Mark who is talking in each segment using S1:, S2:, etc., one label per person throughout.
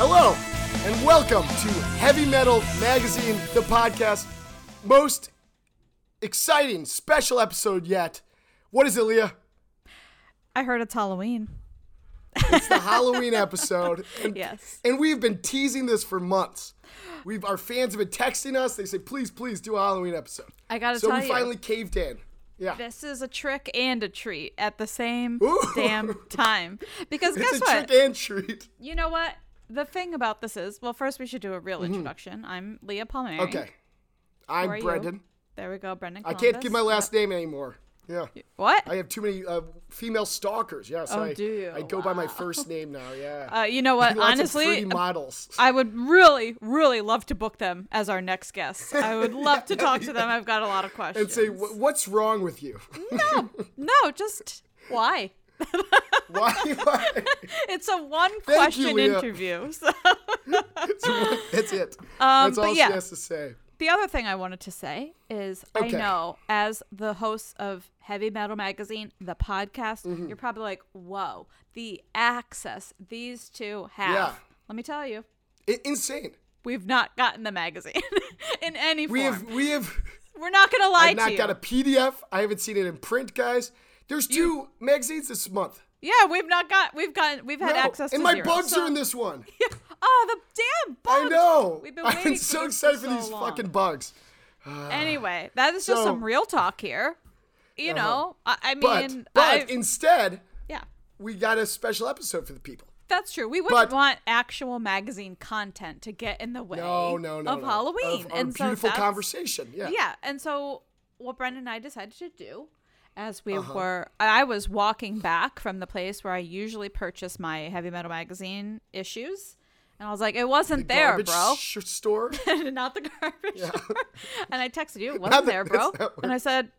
S1: Hello, and welcome to Heavy Metal Magazine, the podcast. Most exciting special episode yet. What is it, Leah?
S2: I heard it's Halloween.
S1: It's the Halloween episode. And,
S2: Yes.
S1: And we've been teasing this for months. We've our fans have been texting us. They say, please, please do a Halloween episode.
S2: I gotta
S1: so
S2: tell
S1: we
S2: you.
S1: finally caved in. Yeah.
S2: This is a trick and a treat at the same
S1: Ooh.
S2: damn time. Because
S1: it's
S2: guess
S1: a
S2: what?
S1: trick and treat.
S2: you know what? The thing about this is, well, first we should do a real introduction. I'm Leah Palmieri.
S1: Mm-hmm. Okay.
S2: Who are
S1: I'm
S2: you? Oh,
S1: Brendan.
S2: There we go, Brendan.
S1: I can't give
S2: Columbus.
S1: my last name anymore. Yeah.
S2: What?
S1: I have too many uh, female stalkers. Yes,
S2: Oh,
S1: I
S2: do you?
S1: I go by my first name now. Yeah.
S2: Uh, you know what?
S1: Lots of
S2: Honestly,
S1: fruity models.
S2: I would really, really love to book them as our next guests. I would love to talk to them. I've got a lot of questions.
S1: and say, "Wh- what's wrong with you?
S2: no, just why?
S1: Why? why?
S2: It's a one question
S1: Leah.
S2: interview. So.
S1: That's it. That's
S2: Um, but
S1: all
S2: yeah.
S1: she has to say.
S2: The other thing I wanted to say is
S1: Okay.
S2: I know as the hosts of Heavy Metal Magazine, the podcast,
S1: Mm-hmm.
S2: you're probably like, whoa, the access these two have.
S1: Yeah.
S2: Let me tell you,
S1: I- insane.
S2: we've not gotten the magazine in any
S1: We
S2: form.
S1: have we have
S2: We're not going to lie
S1: I've
S2: to
S1: not
S2: you.
S1: got a PDF. I haven't seen it in print, guys. There's two magazines this month.
S2: yeah, we've not got, we've gotten, we've had
S1: No.
S2: access
S1: and
S2: to
S1: my
S2: zero.
S1: bugs
S2: So-
S1: are in this one.
S2: Oh, the damn bugs.
S1: I know.
S2: We've been
S1: I've
S2: waiting
S1: been
S2: for
S1: so
S2: this
S1: excited for
S2: so
S1: these
S2: long.
S1: fucking bugs.
S2: Anyway, that is just
S1: So- Uh-huh.
S2: some real talk here. You know, I, I
S1: But
S2: mean,
S1: but
S2: I-
S1: instead,
S2: yeah.
S1: we got a special episode for the people.
S2: That's true. We wouldn't
S1: But-
S2: want actual magazine content to get in the way
S1: No, no, no.
S2: of
S1: no.
S2: Halloween.
S1: Of our
S2: and so
S1: beautiful
S2: that's-
S1: conversation. Yeah.
S2: Yeah, and so what Brendan and I decided to do as we
S1: Uh-huh.
S2: were I was walking back from the place where I usually purchase my heavy metal magazine issues. And I was like, it wasn't there,
S1: Garbage
S2: bro.
S1: sh- store.
S2: Not the garbage. store. And I texted you, it wasn't there, bro.
S1: that's not
S2: And I said,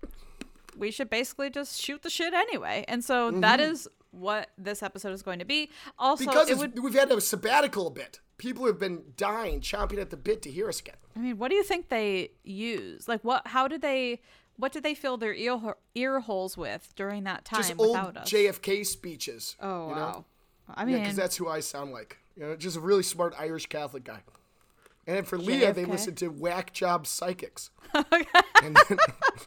S2: we should basically just shoot the shit anyway. And so that is what this episode is going to be. Also,
S1: Mm-hmm. because
S2: it
S1: it's-
S2: would
S1: we've had a sabbatical a bit. People have been dying, chomping at the bit to hear us again.
S2: I mean, what do you think they use? Like, what? How did they? What did they fill their ear ho- ear holes with during that time
S1: Just old
S2: without us?
S1: JFK speeches.
S2: oh
S1: you know?
S2: wow! I
S1: Yeah,
S2: mean,
S1: because that's who I sound like. You know, just a really smart Irish Catholic guy. And for Leah, they
S2: JFK.
S1: listen to whack job psychics. and, then-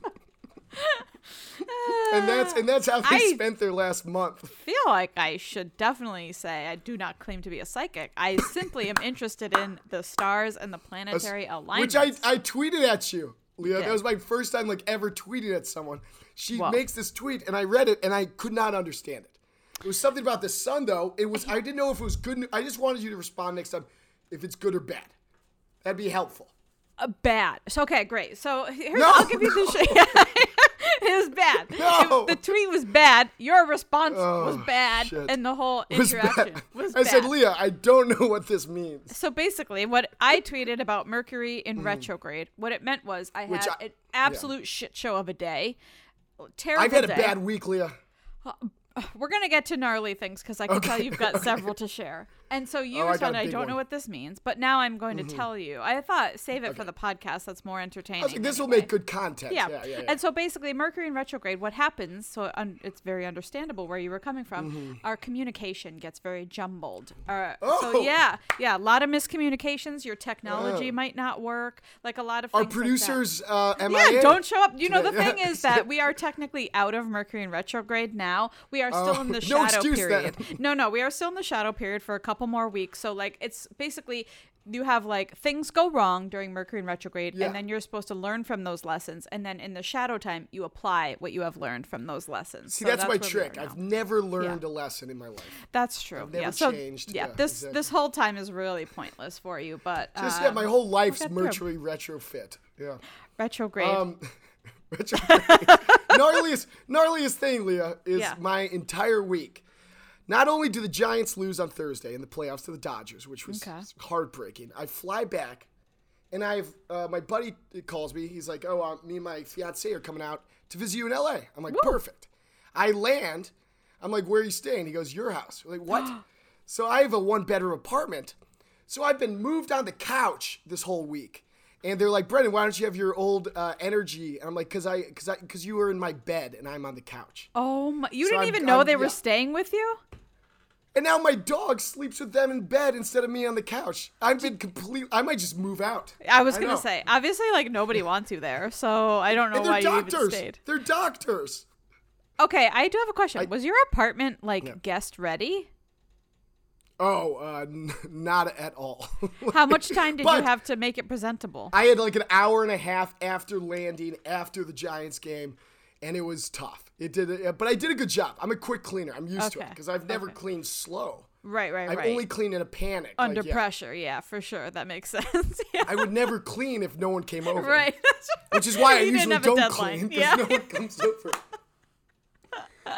S1: and that's and that's how they
S2: I-
S1: spent their last month.
S2: feel like I should definitely say I do not claim to be a psychic. I simply am interested in the stars and the planetary alignment.
S1: Which I, I tweeted at you, Leah.
S2: did.
S1: That was my first time like ever tweeting at someone. She
S2: Whoa.
S1: makes this tweet, and I read it, and I could not understand it. It was something about the sun, though. It was I didn't know if it was good. n- I just wanted you to respond next time if it's good or bad. That'd be helpful.
S2: Uh, bad. So okay, great. So here's
S1: No,
S2: I'll give you the shit. it was bad.
S1: No. Oh,
S2: It- the tweet was bad. Your response was bad,
S1: shit.
S2: and the whole
S1: It was
S2: interaction
S1: bad.
S2: was
S1: I
S2: bad.
S1: said, Leah, I don't know what this means.
S2: So basically, what I tweeted about Mercury in retrograde, what it meant was I
S1: Mm-hmm. Which
S2: had
S1: I-
S2: an absolute shit show of a day. Terrible
S1: I've had a
S2: day.
S1: bad week, Leah.
S2: We're gonna get to gnarly things because I can tell
S1: Okay,
S2: you've got several to share. And so you
S1: Oh, I got
S2: responded,
S1: a
S2: I,
S1: big
S2: don't know
S1: one."
S2: what this means, but now I'm going to tell you. I thought save it for the podcast. That's more entertaining.
S1: I was like, this will
S2: anyway."
S1: make good content.
S2: yeah.
S1: yeah, yeah.
S2: And so basically, Mercury in retrograde, what happens? So un- it's very understandable where you were coming from.
S1: Mm-hmm.
S2: Our communication gets very jumbled. Uh,
S1: Oh!
S2: So yeah, yeah, a lot of miscommunications. Your technology might not work. Like a lot of
S1: Our
S2: things like that.
S1: producers, uh,
S2: Yeah,
S1: MIA.
S2: don't show up. You know, the
S1: today. Yeah.
S2: thing is that we are technically out of Mercury in retrograde now. We are still
S1: Oh,
S2: in the
S1: no
S2: shadow
S1: excuse then.
S2: period. No, no, we are still in the shadow period for a couple more weeks. So, like, it's basically you have like things go wrong during Mercury in retrograde,
S1: Yeah.
S2: and then you're supposed to learn from those lessons. And then in the shadow time, you apply what you have learned from those lessons.
S1: See,
S2: So
S1: that's, my
S2: where we are
S1: trick.
S2: now.
S1: I've never learned a lesson in my life.
S2: that's true.
S1: never
S2: yeah. So,
S1: changed.
S2: Yeah,
S1: Yeah,
S2: This
S1: exactly.
S2: this whole time is really pointless for you, but
S1: Just
S2: um,
S1: yeah, my whole life's
S2: get through.
S1: Mercury retrofit. Yeah.
S2: retrograde.
S1: Um, retrograde. gnarliest, gnarliest thing, Leah, is
S2: Yeah.
S1: my entire week. Not only do the Giants lose on Thursday in the playoffs to the Dodgers, which was
S2: Okay.
S1: heartbreaking, I fly back, and I've uh, my buddy calls me. He's like, "Oh, uh, me and my fiance are coming out to visit you in L.A." I'm like, "Perfect." I land. I'm like, "Where are you staying?" He goes, "Your house." We're like, "What?" so I have a one bedroom apartment. So I've been moved on the couch this whole week, and they're like, "Brendan, why don't you have your old uh, energy?" And I'm like, "Cause I, cause I, cause you were in my bed and I'm on the couch."
S2: oh my! You
S1: so
S2: didn't
S1: I'm-
S2: even know
S1: I'm-
S2: they were
S1: yeah.
S2: staying with you.
S1: And now my dog sleeps with them in bed instead of me on the couch. I've been complete. I might just move out.
S2: I was
S1: I
S2: gonna
S1: know.
S2: say, obviously, like nobody wants you there, so I don't know
S1: And
S2: why
S1: they're
S2: you even
S1: doctors.
S2: stayed.
S1: They're doctors.
S2: Okay, I do have a question. was your apartment like guest ready?
S1: Oh, uh, n- not at all.
S2: How much time did you
S1: But-
S2: have to make it presentable?
S1: I had like an hour and a half after landing, after the Giants game, and it was tough. It did, it, but I did a good job. I'm a quick cleaner. I'm used to it
S2: Okay.
S1: because I've never cleaned slow.
S2: right, right,
S1: I've
S2: right.
S1: only cleaned in a panic. like,
S2: Under
S1: yeah.
S2: pressure, yeah, for sure. That makes sense. yeah.
S1: I would never clean if no one came over.
S2: right.
S1: Which is why I
S2: You didn't
S1: usually
S2: have a
S1: don't
S2: deadline.
S1: clean because
S2: Yeah.
S1: no one comes over.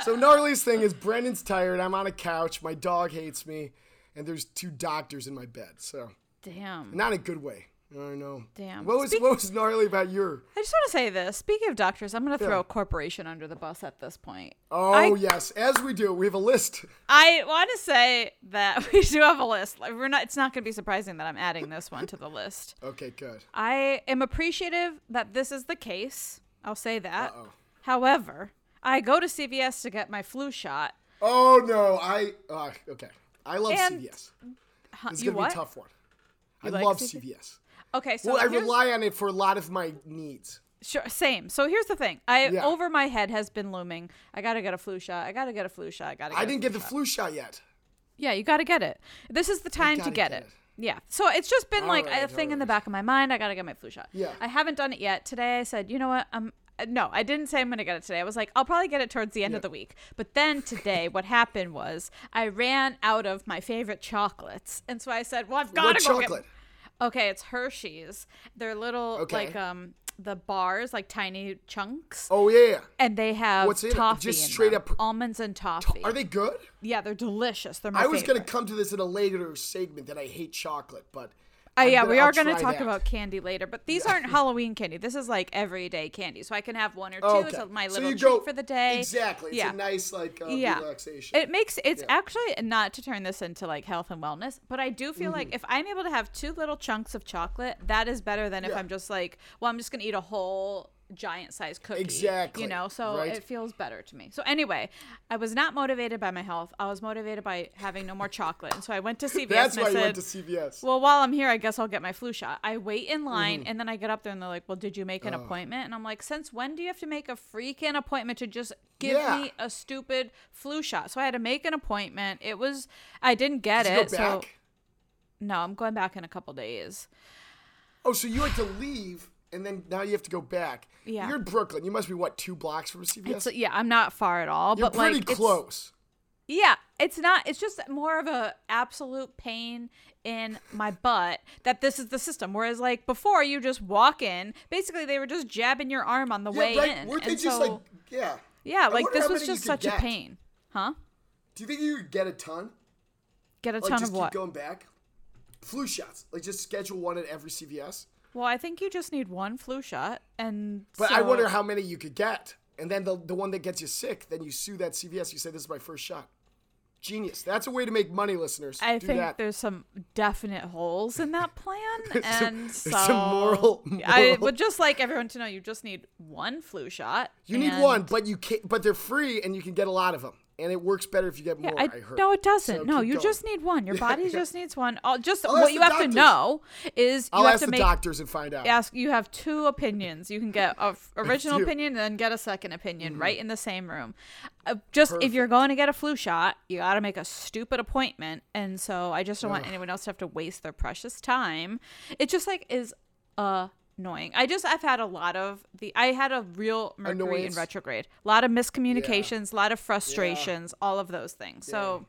S1: So gnarliest thing is Brendan's tired. I'm on a couch. My dog hates me, and there's two doctors in my bed. So
S2: Damn.
S1: not in a good way. I don't know.
S2: Damn.
S1: What was
S2: Speak-
S1: what was gnarly about your?
S2: I just want to say this. Speaking of doctors, I'm going to throw a corporation under the bus at this point.
S1: Oh
S2: I-
S1: yes, as we do, we have a list.
S2: I want to say that we do have a list. Like, We're not. It's not going to be surprising that I'm adding this one to the list.
S1: Okay, good.
S2: I am appreciative that this is the case. I'll say that. However, I go to CVS to get my flu shot.
S1: Oh no, I uh, okay. I love
S2: And-
S1: CVS.
S2: Huh,
S1: This is
S2: you
S1: gonna
S2: what?
S1: be a tough one. I
S2: like
S1: love
S2: CVS?
S1: CVS.
S2: Okay, so
S1: Well, I
S2: here's-
S1: rely on it for a lot of my needs.
S2: Sure, same. So here's the thing. I
S1: Yeah.
S2: over my head has been looming. I gotta get a flu shot. I gotta get a flu shot. I gotta. Get
S1: I
S2: a
S1: didn't
S2: flu
S1: get the
S2: shot.
S1: flu shot yet.
S2: Yeah, you gotta get it. This is the time to
S1: gotta
S2: get,
S1: get
S2: it.
S1: it.
S2: Yeah. So it's just been like a
S1: Alright,
S2: thing in the
S1: alright.
S2: back of my mind. I gotta get my flu shot.
S1: Yeah.
S2: I haven't done it yet. Today I said, you know what? Um, no, I didn't say I'm gonna get it today. I was like, I'll probably get it towards the end of the week. But then today, what happened was I ran out of my favorite chocolates, and so I said, well, I've gotta
S1: what
S2: go get.
S1: chocolate?
S2: Okay, it's Hershey's. They're little
S1: Okay.
S2: like um the bars like tiny chunks
S1: Oh yeah, yeah.
S2: and they have
S1: What's in it?
S2: toffee
S1: Just
S2: in
S1: straight
S2: them.
S1: up-
S2: almonds and toffee.
S1: Are they good?
S2: yeah, they're delicious. They're my
S1: I was
S2: favorite.
S1: gonna come to this in a later segment that I hate chocolate, but
S2: Uh,
S1: I'm
S2: yeah,
S1: gonna-
S2: we are
S1: I'll
S2: going to
S1: try
S2: talk
S1: that.
S2: about candy later, but these aren't Halloween candy. This is like everyday candy, so I can have one or two.
S1: Oh, Okay.
S2: It's my
S1: So
S2: little
S1: you
S2: treat
S1: go-
S2: for the day.
S1: Exactly. It's
S2: yeah.
S1: a nice like uh,
S2: yeah.
S1: relaxation.
S2: It makes it's actually not to turn this into like health and wellness, but I do feel
S1: Mm-hmm.
S2: like if I'm able to have two little chunks of chocolate, that is better than if
S1: Yeah.
S2: I'm just like, well, I'm just going to eat a whole giant size cookie.
S1: Exactly,
S2: You know, so
S1: right?
S2: it feels better to me. So anyway, I was not motivated by my health. I was motivated by having no more chocolate. And so I went to CVS
S1: That's
S2: and
S1: why
S2: I
S1: you went to
S2: said,
S1: CVS.
S2: well, while I'm here, I guess I'll get my flu shot. I wait in line
S1: Mm-hmm.
S2: and then I get up there and they're like, Well, did you make an appointment? And I'm like, Since when do you have to make a freaking appointment to just give
S1: Yeah.
S2: me a stupid flu shot? So I had to make an appointment. It was, I didn't get
S1: Did you go
S2: it.
S1: back?
S2: So no, I'm going back in a couple days.
S1: Oh, so you had to leave, and then now you have to go back.
S2: Yeah.
S1: You're in Brooklyn. You must be what two blocks from a CVS.
S2: It's, yeah, I'm not far at all.
S1: You're
S2: but
S1: pretty
S2: like, it's-
S1: close.
S2: Yeah, it's not. It's just more of a absolute pain in my butt that this is the system. Whereas like before, you just walk in. Basically, they were just jabbing your arm on the way
S1: yeah, right.
S2: in.
S1: Weren't
S2: and
S1: they just
S2: so,
S1: like yeah?
S2: Yeah,
S1: I
S2: like
S1: wonder
S2: this
S1: how many
S2: was
S1: you
S2: just
S1: could
S2: such a
S1: get.
S2: pain. Huh?
S1: Do you think you could get a ton?
S2: Get a
S1: Like
S2: ton
S1: just
S2: of what?
S1: keep going back. Flu shots. Like just schedule one at every CVS.
S2: Well, I think you just need one flu shot and
S1: But I
S2: so-
S1: wonder how many you could get. And then the, the one that gets you sick, then you sue that CVS. You say, This is my first shot. Genius. That's a way to make money, listeners.
S2: I
S1: Do
S2: think
S1: that.
S2: there's some definite holes in that plan and so
S1: there's some moral-
S2: I
S1: moral-
S2: would just like everyone to know you just need one flu shot.
S1: You need
S2: and-
S1: one, but you can't, but they're free and you can get a lot of them. And it works better if you get
S2: Yeah,
S1: more, I,
S2: I,
S1: heard.
S2: no, it doesn't.
S1: So
S2: no,
S1: keep
S2: you
S1: going.
S2: just need one. Your body just needs one. All, just
S1: ask
S2: what
S1: the
S2: you have
S1: doctors.
S2: to know is you
S1: I'll
S2: have
S1: ask
S2: to
S1: the
S2: make
S1: doctors and find out.
S2: ask you have two opinions you can get a f- original
S1: do. Mm-hmm.
S2: opinion and then get a second opinion right in the same room uh, just if you're going to get a flu shot you got to make a stupid appointment and so i just don't want anyone else to have to waste their precious time it just like is annoying i just i've had a lot of the i had a real mercury
S1: Annoyance.
S2: in retrograde a lot of miscommunications a lot of frustrations all of those things so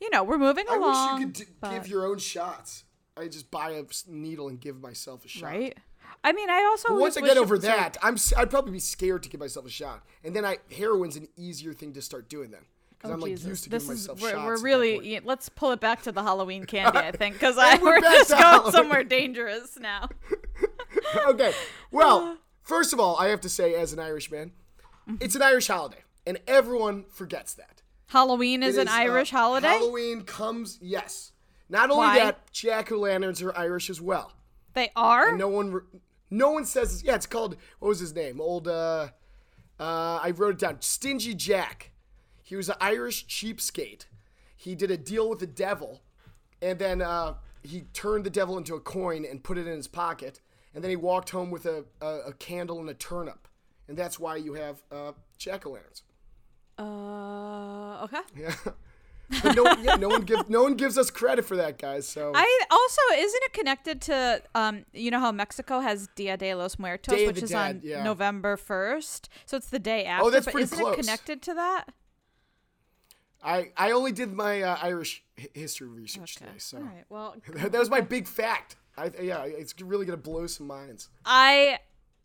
S2: you know we're moving
S1: I
S2: along
S1: wish you could d- give your own shots. I just buy a s- needle and give myself a shot.
S2: right i mean i also
S1: Once I
S2: always
S1: get
S2: wish-
S1: over
S2: sorry.
S1: that, I'm s- I'd probably be scared to give myself a shot. And then I heroin's an easier thing to start doing then Oh, because I'm like used to
S2: this
S1: giving
S2: is
S1: myself
S2: we're,
S1: shots.
S2: we're
S1: at that point.
S2: really yeah, let's pull it back to the Halloween candy, I think, because I
S1: we're
S2: we're
S1: back
S2: just
S1: to
S2: going
S1: Halloween.
S2: somewhere dangerous now.
S1: okay. Well, first of all, I have to say, as an Irishman, it's an Irish holiday, and everyone forgets that.
S2: Halloween is
S1: It
S2: an
S1: is, uh,
S2: Irish holiday.
S1: Halloween comes, yes. Not only
S2: Why?
S1: that, jack o' lanterns are Irish as well.
S2: they are.
S1: No one, re- no one says. Yeah, it's called. What was his name? Old. Uh, uh, I wrote it down. Stingy Jack. He was an Irish cheapskate. he did a deal with the devil, and then uh, he turned the devil into a coin and put it in his pocket, and then he walked home with a, a, a candle and a turnip, and that's why you have uh, jack o' lanterns.
S2: Uh, okay.
S1: Yeah. But no, yeah, no one gives no one gives us credit for that, guys. So
S2: I also isn't it connected to um you know how Mexico has Dia de los Muertos,
S1: Day of
S2: which
S1: the
S2: is on
S1: Dead, yeah. Oh,
S2: November first, so it's the day after.
S1: that's
S2: but
S1: pretty
S2: isn't
S1: close.
S2: it connected to that?
S1: I I only did my uh, Irish hi- history research today, so
S2: All right. Well,
S1: that was my big fact. I, yeah, it's really gonna blow some minds.
S2: I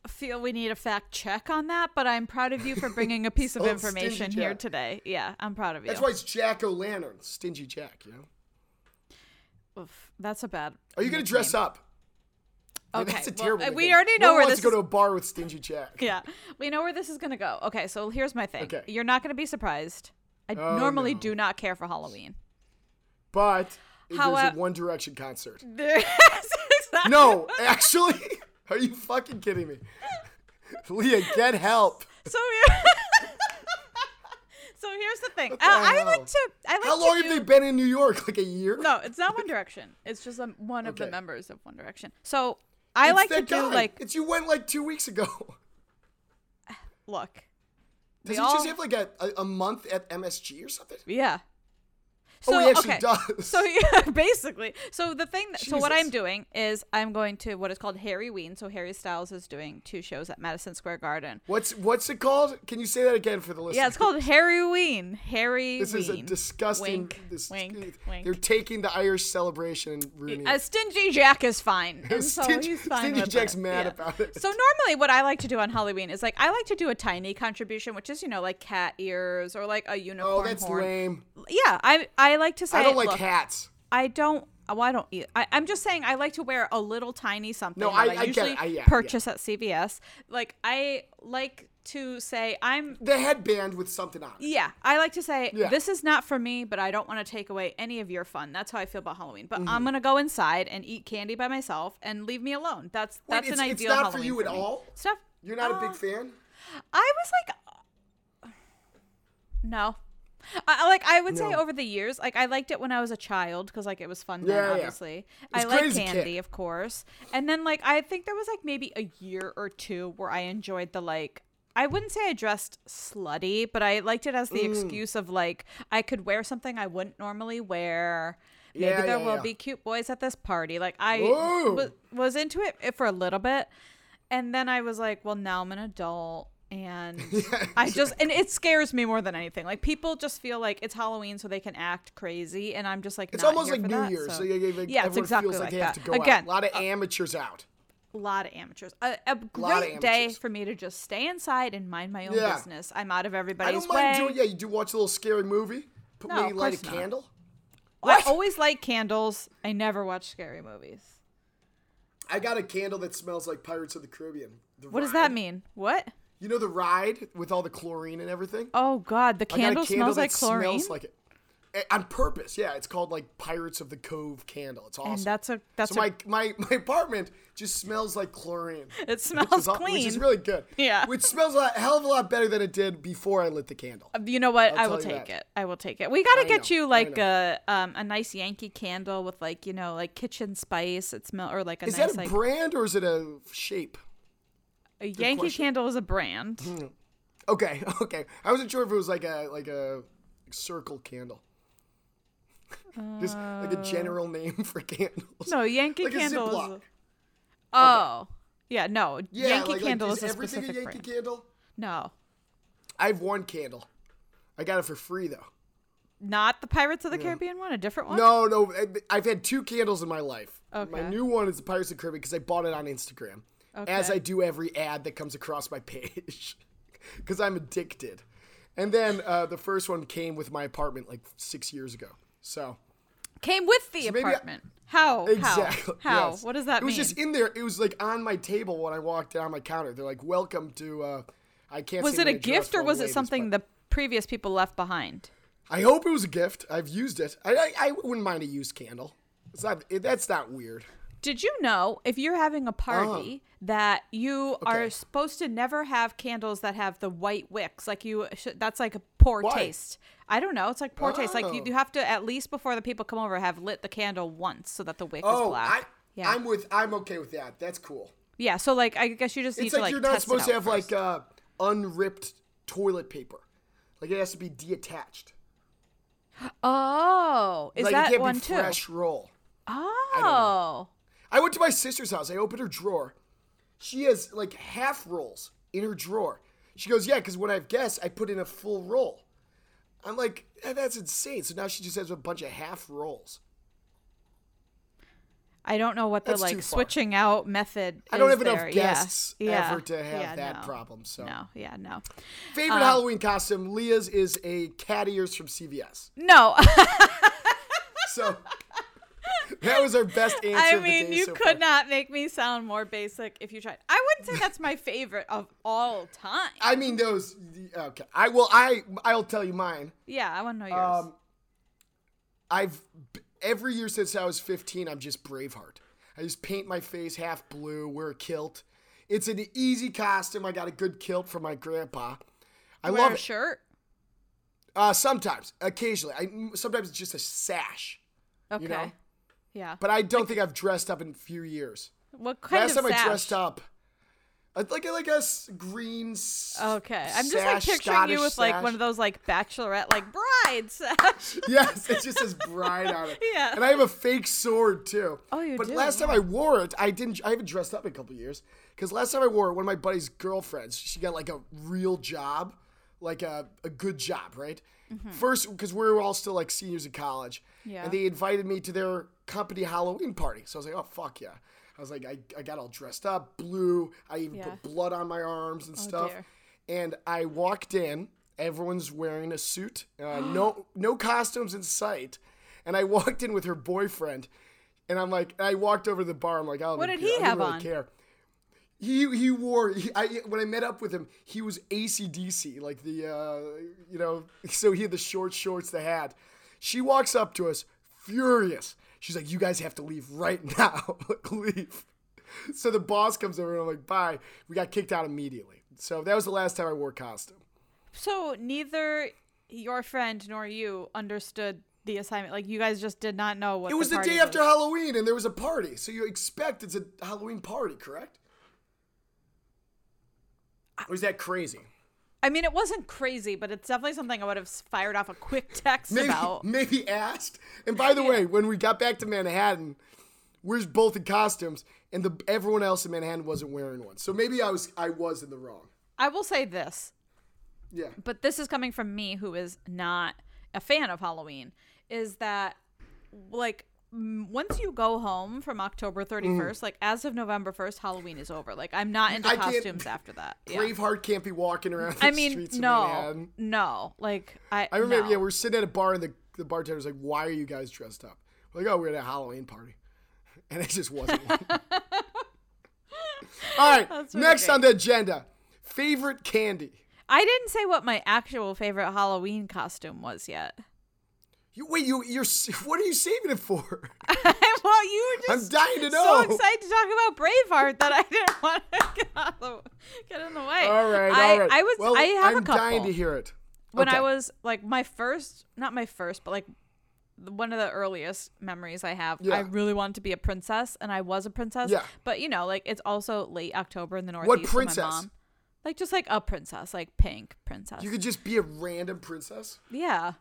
S2: feel we need a fact check on that, but I'm proud of you for bringing a piece of
S1: Oh,
S2: information
S1: stingy
S2: here
S1: Jack.
S2: today. Yeah, I'm proud of you.
S1: That's why it's Jack O' Lantern, Stingy Jack. You know?
S2: Oof, that's a bad.
S1: Are you gonna dress up? Yeah,
S2: Okay,
S1: that's a
S2: well,
S1: terrible.
S2: uh, we
S1: nickname.
S2: already
S1: No
S2: know
S1: one
S2: where
S1: wants
S2: this
S1: to
S2: is-
S1: go to a bar with Stingy Jack.
S2: Yeah, we know where this is gonna go. Okay, so here's my thing.
S1: Okay.
S2: You're not gonna be surprised. I
S1: Oh,
S2: normally
S1: no.
S2: do not care for Halloween.
S1: But if
S2: How,
S1: there's
S2: uh,
S1: a One Direction concert.
S2: There's exactly-
S1: No, eh. actually, are you fucking kidding me? Leah, get help.
S2: So here- So here's the thing. Uh, I
S1: hell?
S2: like to. I like
S1: How
S2: to
S1: long
S2: do-
S1: have they been in New York? Like a year?
S2: No, it's not One Direction. It's just um, one of the
S1: Okay.
S2: members of One Direction. So I
S1: It's
S2: like to
S1: that
S2: do
S1: guy.
S2: like
S1: It's you went like two weeks ago.
S2: look.
S1: Does
S2: we
S1: he
S2: all-
S1: just have like a, a, a month at MSG or something?
S2: Yeah.
S1: oh, he actually
S2: okay.
S1: does.
S2: So yeah, basically. So the thing. That, so what
S1: Jesus.
S2: I'm doing is I'm going to what is called Harry Ween. So Harry Styles is doing two shows at Madison Square Garden.
S1: what's what's it called? Can you say that again for the listeners?
S2: Yeah, it's called Harry Ween. Harry
S1: This
S2: Ween.
S1: is a disgusting.
S2: Wink,
S1: this-
S2: wink,
S1: They're
S2: wink.
S1: taking the Irish celebration and ruining it.
S2: A stingy Jack is fine. And so
S1: Stingy-
S2: he's fine
S1: Stingy
S2: with
S1: Jack's
S2: it.
S1: mad
S2: Yeah.
S1: about it.
S2: So normally what I like to do on Halloween is like I like to do a tiny contribution, which is, you know, like cat ears or like a unicorn
S1: Oh, that's
S2: horn.
S1: lame.
S2: Yeah, I I like to say
S1: I don't like
S2: look,
S1: hats.
S2: I don't well, I don't eat. I, I'm just saying I like to wear a little tiny something
S1: No,
S2: that
S1: I-
S2: I,
S1: I get
S2: usually
S1: it. I- yeah, yeah.
S2: purchase at CVS. Like I like to say I'm
S1: The headband with something on. it.
S2: yeah, I like to say
S1: Yeah.
S2: this is not for me, but I don't want to take away any of your fun. That's how I feel about Halloween. But
S1: Mm-hmm.
S2: I'm gonna go inside and eat candy by myf and leave me alone. That's
S1: Wait,
S2: that's
S1: it's,
S2: an
S1: it's
S2: ideal
S1: not
S2: Halloween
S1: for you at
S2: me.
S1: all.
S2: Stuff.
S1: You're not a
S2: uh,
S1: big fan.
S2: I was like, no. I, I- like I would say
S1: No.
S2: over the years, like I liked it when I was a child because like it was fun
S1: Yeah,
S2: then,
S1: yeah.
S2: obviously.
S1: was
S2: I
S1: great
S2: like
S1: as a kid.
S2: candy, of course. And then like I think there was like maybe a year or two where I enjoyed the like I wouldn't say I dressed slutty, but I liked it as
S1: Mm.
S2: the excuse of like I could wear something I wouldn't normally wear. Maybe
S1: Yeah,
S2: there
S1: yeah,
S2: will
S1: yeah.
S2: be cute boys at this party. Like I
S1: Whoa.
S2: was, was into it eh, for a little bit, and then I was like, well, now I'm an adult, and I just and it scares me more than anything. Like people just feel like it's Halloween, so they can act crazy, and I'm just like,
S1: It's
S2: not
S1: almost
S2: here
S1: like
S2: for
S1: New
S2: that,
S1: Year's.
S2: so-
S1: So, yeah, yeah, like,
S2: yeah, it's
S1: everyone
S2: exactly
S1: feels like,
S2: like
S1: they
S2: that.
S1: have to go
S2: Again, uh,
S1: out. A lot of amateurs out.
S2: a lot of amateurs. A, a
S1: Lot of
S2: great day
S1: amateurs.
S2: for me to just stay inside and mind my own
S1: Yeah.
S2: business. I'm out of
S1: I
S2: everybody's
S1: don't mind
S2: way.
S1: doing. Yeah, you do watch a little scary movie. Put,
S2: No,
S1: maybe
S2: of
S1: light a
S2: course not.
S1: candle.
S2: I always light candles. I never watch scary movies.
S1: I got a candle that smells like Pirates of the Caribbean. The
S2: What does
S1: ride.
S2: that mean? What?
S1: You know the ride with all the chlorine and everything.
S2: Oh God, the
S1: I got
S2: candle,
S1: a candle
S2: smells
S1: that
S2: like chlorine.
S1: Smells like it. A- On purpose, yeah. It's called like Pirates of the Cove candle. It's awesome.
S2: and that's a that's
S1: so
S2: a,
S1: my, my my apartment just smells like chlorine.
S2: it smells
S1: which is,
S2: clean.
S1: Which is really good.
S2: Yeah.
S1: Which smells a lot- hell of a lot better than it did before I lit the candle.
S2: Uh, You know what? i
S1: I'll
S2: will
S1: tell you
S2: take
S1: that.
S2: it. I will take it. We gotta
S1: I
S2: get
S1: know,
S2: you
S1: I
S2: like a um a nice Yankee candle with like you know like kitchen spice. It smell or like a
S1: Is
S2: nice
S1: that a
S2: like
S1: brand or is it a shape?
S2: a Yankee
S1: question. Hmm,
S2: candle is a brand.
S1: Okay, okay. I wasn't sure if it was like a like a circle candle. Just like a general name for candles.
S2: Uh. No, Yankee
S1: like
S2: candle.
S1: a
S2: is
S1: Ziploc.
S2: oh, yeah. No,
S1: Yeah,
S2: Yankee
S1: like- like,
S2: candle
S1: is
S2: is a
S1: everything
S2: specific
S1: a Yankee
S2: brand.
S1: candle?
S2: no,
S1: I have one candle. I got it for free though.
S2: not the Pirates of the Caribbean one. A different one.
S1: No, no. I- I've had two candles in my life. My
S2: Okay.
S1: new one is the Pirates of the Caribbean because I bought it on Instagram, as
S2: Okay.
S1: I do every ad that comes across my page, because I'm addicted. And then uh, the first one came with my apartment like six years ago. So
S2: Came with the
S1: maybe I-
S2: apartment. how?
S1: exactly.
S2: How? How?
S1: yes.
S2: What does that
S1: It was
S2: mean?
S1: just in there. It was like on my table when I walked down my counter. They're like, "Welcome to." Uh, I can't.
S2: was
S1: say
S2: it a
S1: my address
S2: gift
S1: for
S2: or
S1: all
S2: was
S1: the
S2: it
S1: ladies,
S2: something
S1: but-
S2: the previous people left behind?
S1: I hope it was a gift. I've used it. I I, I wouldn't mind a used candle. It's not. It, that's not weird.
S2: Did you know if you're having a party that you are
S1: Oh. Okay.
S2: supposed to never have candles that have the white wicks? Like you, sh- that's like a poor
S1: Why?
S2: taste. I don't know. It's like poor taste. Like you,
S1: Oh.
S2: you have to at least before the people come over have lit the candle once so that the wick is
S1: Oh,
S2: black.
S1: I,
S2: yeah,
S1: I'm with. I'm okay with that. That's cool.
S2: yeah. So like, I guess you just need
S1: It's
S2: to
S1: like,
S2: like
S1: you're not
S2: test it
S1: supposed to
S2: out
S1: have
S2: first.
S1: like uh, unripped toilet paper. Like it has to be deattached.
S2: Oh, is
S1: like it
S2: that
S1: can't
S2: one
S1: be
S2: too?
S1: fresh roll.
S2: Oh,
S1: I went to my sister's house. I opened her drawer. She has like half rolls in her drawer. She goes, "Yeah, because when I have guests, I put in a full roll." I'm like, "Eh, "That's insane." So now she just has a bunch of half rolls.
S2: I don't know what the
S1: That's too
S2: like
S1: far.
S2: switching out method.
S1: I don't
S2: is
S1: have
S2: there.
S1: enough
S2: Yeah.
S1: guests
S2: yeah.
S1: ever to have
S2: Yeah,
S1: that
S2: no.
S1: problem. So,
S2: No, Um, yeah, no,
S1: favorite Halloween costume: Leah's is a cat ears from CVS.
S2: no.
S1: So that was our best answer.
S2: I
S1: of the
S2: mean,
S1: day
S2: you
S1: so
S2: could
S1: far.
S2: not make me sound more basic if you tried. I wouldn't say that's my favorite of all time.
S1: I mean, those. Okay, I will. I I'll tell you mine.
S2: yeah, I want to know yours.
S1: Um, I've every year since I was 15, I'm just Braveheart. I just paint my face half blue, wear a kilt. It's an easy costume. I got a good kilt from my grandpa. I
S2: Wear
S1: love
S2: a
S1: it.
S2: shirt.
S1: Uh, sometimes, occasionally, I sometimes it's just a sash.
S2: Okay.
S1: know?
S2: Yeah.
S1: But I don't think I've dressed up in a few years.
S2: what kind
S1: Last
S2: of
S1: time
S2: sash?
S1: I dressed up, I like like a s- green. s-
S2: Okay, I'm just like
S1: sash,
S2: picturing
S1: Scottish
S2: you with like one
S1: sash.
S2: of those like bachelorette like bride sash.
S1: Yes, it just says bride on it.
S2: Yeah.
S1: And I have a fake sword too.
S2: Oh, you
S1: But
S2: do,
S1: last time I wore it, I didn't. I haven't dressed up in a couple years because last time I wore it, one of my buddy's girlfriends, she got like a real job, like a, a good job, right? First, because we were all still like seniors in college.
S2: Mm-hmm. Yeah.
S1: And they invited me to their company Halloween party, so I was like, oh fuck yeah. I was like, I, I got all dressed up, blue. I even
S2: Yeah.
S1: put blood on my arms and stuff.
S2: dear.
S1: And I walked in. Everyone's wearing a suit. Uh, no, no costumes in sight. And I walked in with her boyfriend. And I'm like, I walked over to the bar. I'm like, oh,
S2: What did he
S1: I didn't
S2: have
S1: really
S2: on?
S1: care. He he wore. He, I when I met up with him, he was ACDC, like the uh, you know. So he had the short shorts, the hat. She walks up to us, furious. She's like, "You guys have to leave right now, Like, leave." So the boss comes over and I'm like, "Bye." We got kicked out immediately. So that was the last time I wore a costume.
S2: So neither your friend nor you understood the assignment. Like you guys just did not know what
S1: It was the,
S2: party
S1: day after
S2: was.
S1: Halloween, and there was a party. So you expect it's a Halloween party, correct? Or is that crazy?
S2: I mean, it wasn't crazy, but it's definitely something I would have s- fired off a quick text
S1: maybe,
S2: about.
S1: maybe asked. And by the way, when we got back to Manhattan, we're both in costumes, and the everyone else in Manhattan wasn't wearing one. So maybe I was I was in the wrong.
S2: I will say this,
S1: Yeah.
S2: but this is coming from me who is not a fan of Halloween, is that like m- once you go home from October
S1: Mm.
S2: 31st, like as of November 1st, Halloween is over. Like I'm not into
S1: I can't-
S2: costumes after that. Yeah.
S1: Braveheart can't be walking around the
S2: I mean,
S1: streets of
S2: no,
S1: Manhattan.
S2: no. Like I,
S1: I remember,
S2: no.
S1: yeah, we were sitting at a bar, and the, the bartender's like, Why are you guys dressed up? We're like, Oh, we're at a Halloween party. And it just wasn't one. All right,
S2: really
S1: next
S2: great.
S1: on the agenda favorite candy.
S2: I didn't say what my actual favorite Halloween costume was yet.
S1: You, wait, you, you're, s- what are you saving it for?
S2: well, you were
S1: I'm
S2: just
S1: dying to
S2: so
S1: know.
S2: excited to talk about Braveheart that I didn't want to get, out of the, get in the way.
S1: All right,
S2: I,
S1: all right.
S2: I was.
S1: Well,
S2: I have
S1: I'm
S2: a couple.
S1: dying to hear it.
S2: When I
S1: Okay.
S2: was like my first, not my first, but like one of the earliest memories I have. I
S1: Yeah.
S2: really wanted to be a princess, and I was a princess.
S1: Yeah.
S2: But you know, like it's also late October in the Northeast.
S1: What
S2: so my
S1: princess?
S2: mom- like just like a princess, like pink princess.
S1: you could just be a random princess.
S2: Yeah.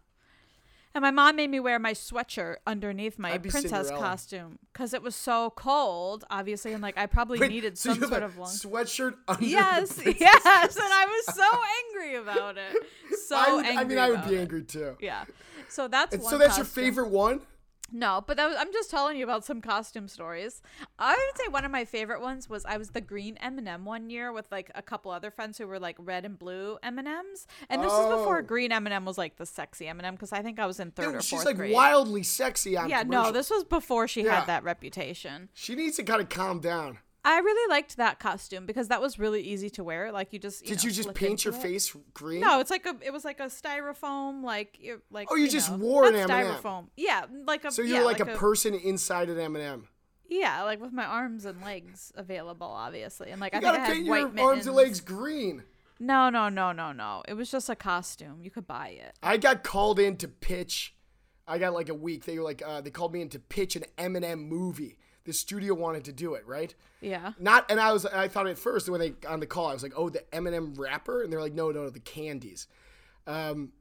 S2: And my mom made me wear my sweatshirt underneath my
S1: I'd be
S2: princess
S1: Cinderella.
S2: costume because it was so cold, obviously, and like I probably
S1: Wait,
S2: needed
S1: so
S2: some
S1: you have
S2: sort
S1: a
S2: of long.
S1: sweatshirt under. the
S2: Yes,
S1: princess
S2: yes,
S1: dress.
S2: and I was so angry about it. So
S1: I, would,
S2: angry.
S1: I mean, I would
S2: about
S1: be
S2: it.
S1: angry too.
S2: Yeah. So that's
S1: And
S2: one.
S1: so that's your
S2: costume.
S1: favorite one?
S2: No, but that was, I'm just telling you about some costume stories. I would say one of my favorite ones was I was the green M&M one year with like a couple other friends who were like red and blue M&Ms. And this was before
S1: Oh.
S2: green M&M was like the sexy M&M cuz I think I was in 3rd
S1: Dude,
S2: or 4th
S1: she's like
S2: grade.
S1: wildly sexy on
S2: yeah, no,
S1: commercials.
S2: this was before she
S1: Yeah.
S2: had that reputation.
S1: She needs to kind of calm down.
S2: I really liked that costume because that was really easy to wear. Like you just
S1: Did
S2: know,
S1: you just
S2: slip
S1: paint your
S2: into it.
S1: face green?
S2: No, it's like a it was like a styrofoam like you- like
S1: Oh, you just
S2: know,
S1: wore an
S2: not
S1: M&M.
S2: styrofoam. Yeah, like a
S1: So you're
S2: yeah,
S1: like, a,
S2: a
S1: person inside an M&M.
S2: Yeah, like with my arms and legs available, obviously, and like
S1: You
S2: I think I
S1: gotta
S2: had
S1: paint
S2: white
S1: your arms
S2: mittens.
S1: and legs green.
S2: No, no, no, no, no. It was just a costume. You could buy it.
S1: I got called in to pitch. I got like a week. They were like, uh, they called me in to pitch an Eminem movie. The studio wanted to do it, right?
S2: Yeah.
S1: Not, and I was, I thought at first when they on the call, I was like, oh, the Eminem rapper, and they're like, no, no, no, the candies. Um,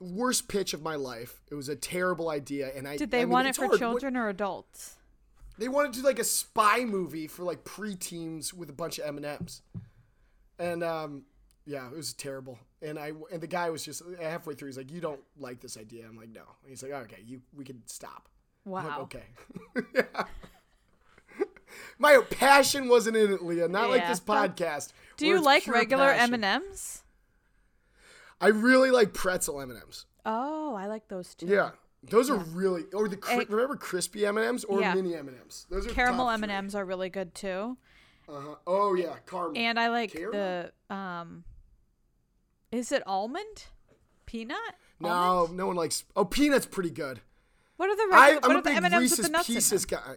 S1: worst pitch of my life. It was a terrible idea, and I
S2: Did they
S1: I mean,
S2: want it
S1: it's
S2: for
S1: hard. What-
S2: children or adults?
S1: They wanted to do like a spy movie for like preteens with a bunch of M and M's, and um, yeah, it was terrible. And I and the guy was just halfway through. He's like, "You don't like this idea?" I'm like, "No." And he's like, "Okay, you we can stop."
S2: Wow.
S1: I'm like, "Okay." Yeah. My passion wasn't in it, Leah. Not like
S2: Yeah.
S1: this podcast.
S2: Do
S1: where
S2: you
S1: it's
S2: like
S1: pure
S2: regular M
S1: passion.
S2: and M's?
S1: I really like pretzel M and M's.
S2: Oh, I like those too.
S1: Yeah, those are really or the cri-
S2: Eh.
S1: remember crispy M and M's or
S2: Yeah.
S1: mini M and M's. Those are
S2: Caramel
S1: top
S2: M
S1: three.
S2: and M's are really good too.
S1: Uh-huh. Oh yeah, caramel.
S2: And I like
S1: Caramel?
S2: the um, is it almond, peanut?
S1: No,
S2: Almond?
S1: no one likes. Oh, peanuts pretty good.
S2: What are the
S1: I,
S2: regular,
S1: I'm a
S2: what are the
S1: big
S2: M and M's with
S1: Reese's
S2: the nuts in
S1: Pieces
S2: them?
S1: guy.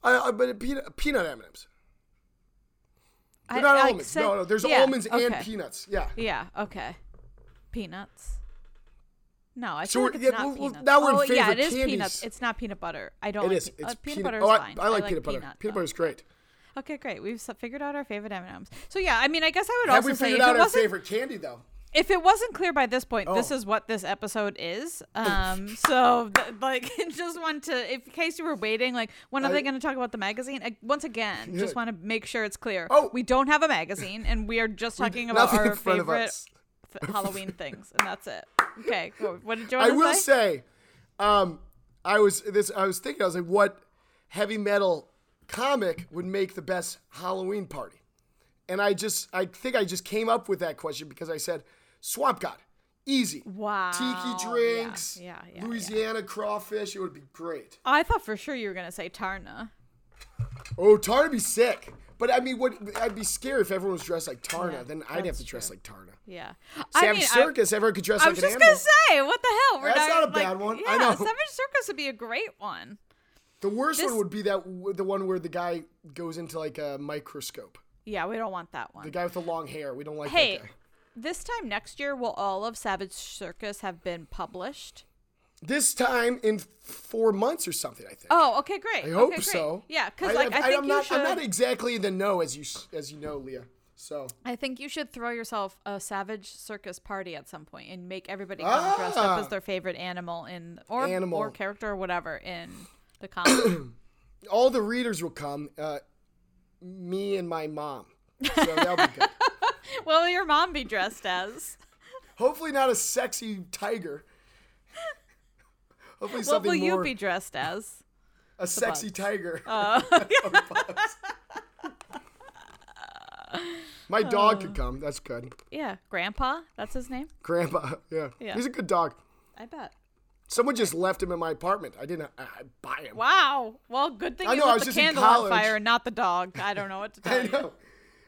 S1: I, I, but peanut peanut M Ms. They're
S2: I-
S1: not
S2: I
S1: almonds.
S2: said-
S1: no, no. There's
S2: yeah,
S1: almonds and
S2: okay.
S1: peanuts. Yeah.
S2: Yeah. Okay. Peanuts. No, I
S1: So
S2: feel
S1: we're-
S2: like it's
S1: yeah,
S2: not
S1: well, well,
S2: peanuts.
S1: now we're in
S2: oh, yeah, it
S1: favorite
S2: is peanuts.
S1: candies.
S2: It's not peanut butter. I don't.
S1: It
S2: like
S1: is.
S2: pe-
S1: It's
S2: uh, peanut butter.
S1: Oh,
S2: is
S1: I,
S2: fine.
S1: I like, peanut butter.
S2: Peanut,
S1: peanut
S2: though.
S1: butter is great.
S2: Okay, great. We've s- figured out our favorite M and M's. So yeah, I mean, I guess I would
S1: Have
S2: also
S1: we
S2: say
S1: figured
S2: if
S1: out
S2: it
S1: our
S2: wasn't
S1: favorite candy though?
S2: if it wasn't clear by this point, this
S1: Oh.
S2: is what this episode is. Um, so th- like, just want to, if, in case you were waiting, like, when are
S1: I-
S2: they going to talk about the magazine? I, once again, just
S1: Yeah.
S2: want to make sure it's clear.
S1: Oh.
S2: we don't have a magazine, and we are just talking about
S1: Nothing
S2: our
S1: in front of
S2: favorite
S1: us.
S2: f- Halloween things, and that's it. Okay, cool. what did you
S1: I
S2: want
S1: will
S2: to say?
S1: say, um, I was this. I was thinking. I was like, what heavy metal comic would make the best Halloween party? And I just, I think I just came up with that question because I said, Swamp God, easy.
S2: Wow.
S1: Tiki
S2: Yeah,
S1: drinks,
S2: yeah, yeah,
S1: Louisiana crawfish. It would be great.
S2: I thought for sure you were going to say Tarna.
S1: Oh, Tarna would be sick. But I mean, what? I'd be scared if everyone was dressed like Tarna.
S2: Yeah,
S1: then I'd have
S2: that's
S1: to dress
S2: true.
S1: like Tarna.
S2: Yeah. I
S1: Savage
S2: mean, I-
S1: Circus. everyone could dress
S2: I
S1: like
S2: was
S1: an
S2: just
S1: animal.
S2: gonna say, what the hell? We're
S1: That's not a
S2: like-
S1: bad one.
S2: Yeah,
S1: I know.
S2: Savage Circus would be a great one.
S1: The worst
S2: This-
S1: one would be that w- the one where the guy goes into like a microscope.
S2: Yeah, we don't want that one.
S1: The guy with the long hair. We don't like
S2: hey,
S1: that guy.
S2: this time next year, will all of Savage Circus have been published?
S1: This time in four months or something, I think.
S2: Oh, okay, great.
S1: I hope
S2: okay, great.
S1: so.
S2: Yeah, because like I,
S1: I'm
S2: think
S1: not,
S2: you should.
S1: I'm not exactly in the know as you s- as you know, Leah. So
S2: I think you should throw yourself a Savage Circus party at some point and make everybody come dressed up
S1: Ah.
S2: as their favorite animal in or
S1: Animal.
S2: or character or whatever in the comic.
S1: all the readers will come. Uh, me and my mom. So that'll be good.
S2: what will your mom be dressed as?
S1: Hopefully not a sexy tiger. Hopefully
S2: What
S1: something
S2: will you
S1: more
S2: be dressed as?
S1: a sexy tiger. my dog could come. That's good.
S2: Yeah, Grandpa. That's his name.
S1: Grandpa. Yeah.
S2: Yeah.
S1: He's a good dog.
S2: I bet.
S1: Someone just left him in my apartment. I didn't I, I buy him.
S2: Wow. Well, good thing
S1: I
S2: you
S1: know, I
S2: lit
S1: was
S2: the
S1: just in
S2: candle on
S1: college.
S2: fire and not the dog. I don't know what to tell
S1: I
S2: you.
S1: know.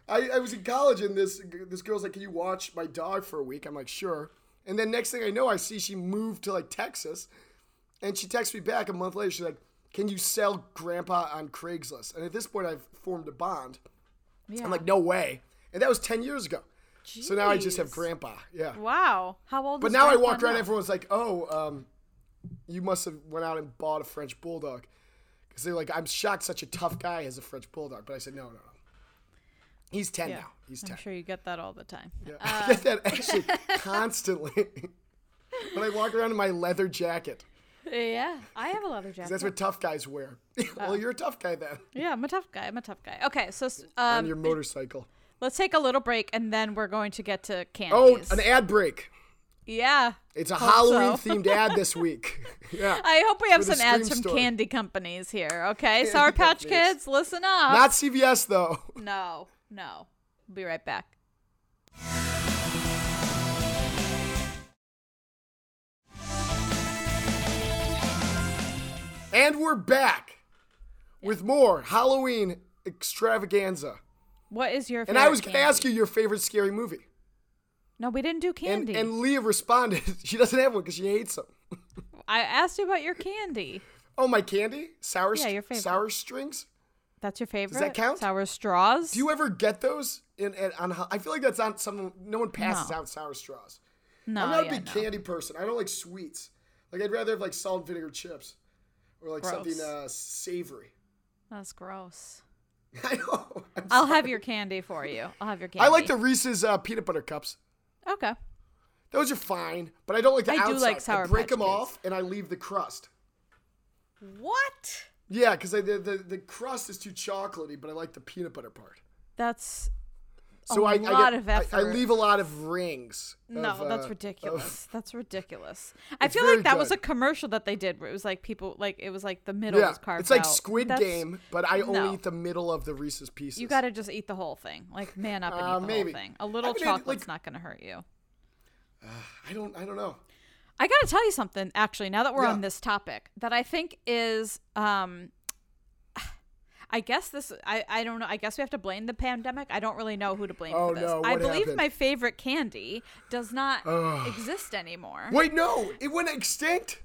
S1: I, I was in college and this this girl's like, "Can you watch my dog for a week?" I'm like, "Sure." And then next thing I know, I see she moved to like Texas, and she texts me back a month later. She's like, "Can you sell Grandpa on Craigslist?" And at this point, I've formed a bond.
S2: Yeah.
S1: I'm like, "No way!" And that was ten years ago. So now I just have
S2: Jeez.
S1: Grandpa. Yeah.
S2: Wow. How old?
S1: But
S2: is
S1: now I
S2: Grandpa
S1: walk around,
S2: now?
S1: everyone's like, "Oh, um, you must have went out and bought a French bulldog," because they're like, "I'm shocked such a tough guy has a French bulldog." But I said, "No, no, no. He's ten
S2: Yeah.
S1: now. He's
S2: I'm Uh,
S1: ten.
S2: sure you get that all the time.
S1: Yeah. I get that actually constantly when I walk around in my leather jacket.
S2: Yeah, I have a leather jacket.
S1: That's what tough guys wear.
S2: Uh,
S1: well, you're a tough guy then
S2: Yeah, I'm a tough guy. I'm a tough guy. Okay, so s-
S1: on
S2: um,
S1: your motorcycle.
S2: let's take a little break and then we're going to get to
S1: Oh,
S2: candies.
S1: an ad break.
S2: yeah.
S1: It's a
S2: Hope so.
S1: Halloween themed ad this week. yeah.
S2: I hope we have
S1: For the
S2: some ads
S1: Scream
S2: from
S1: store.
S2: candy companies here. Okay, Sour Patch
S1: companies.
S2: Kids, listen up.
S1: Not CVS though.
S2: no, no. Be right back.
S1: And we're back with more Halloween extravaganza.
S2: What is your?
S1: And I was going to ask you your favorite scary movie.
S2: No, we didn't do
S1: And,
S2: candy.
S1: and Leah responded, she doesn't have one because she hates them.
S2: I asked you about your candy.
S1: Oh, my candy? Sour,
S2: Yeah,
S1: st-
S2: your favorite.
S1: sour strings?
S2: That's your favorite.
S1: count?
S2: Sour straws.
S1: Do you ever get those? In, in, on, ho- I feel like that's not someone, no one passes
S2: No.
S1: out sour straws.
S2: no,
S1: I'm not a
S2: yeah,
S1: big
S2: no.
S1: candy person. I don't like sweets. Like, I'd rather have like salt and vinegar chips or like something
S2: Gross.
S1: uh, savory.
S2: That's gross.
S1: I know. I'm
S2: I'll
S1: sorry.
S2: have your candy for you. I'll have your candy.
S1: I like the Reese's uh, peanut butter cups.
S2: Okay.
S1: Those are fine, but I don't like the
S2: I do
S1: outside.
S2: like Sour
S1: I break them
S2: Patch Kids.
S1: off and I leave the crust.
S2: What?
S1: Yeah, because the, the the crust is too chocolatey, but I like the peanut butter part.
S2: That's
S1: So
S2: A
S1: I I
S2: Oh lot
S1: get-
S2: of
S1: I- I,
S2: effort.
S1: leave a lot of rings.
S2: no,
S1: of, uh,
S2: that's
S1: of-
S2: ridiculous. That's ridiculous. I
S1: It's
S2: feel
S1: very
S2: like that was
S1: good.
S2: a commercial that they did where it was like people like it was like the middle
S1: yeah,
S2: was carved
S1: it's like
S2: out.
S1: Squid
S2: That's-
S1: Game, but I only
S2: no.
S1: eat the middle of the Reese's pieces.
S2: You got to just eat the whole thing. Like man up and
S1: Uh,
S2: eat the
S1: maybe.
S2: whole thing. A little
S1: haven't had,
S2: chocolate's
S1: like-
S2: not going to hurt you.
S1: I don't. I don't know.
S2: I got to tell you something, actually, now that we're
S1: Yeah.
S2: on this topic, that I think is, um, I guess this, I, I don't know. I guess we have to blame the pandemic. I don't really know who to blame
S1: Oh,
S2: for this.
S1: no,
S2: I
S1: what
S2: believe
S1: happened?
S2: my favorite candy does not
S1: Ugh.
S2: exist anymore.
S1: Wait, no, it went extinct.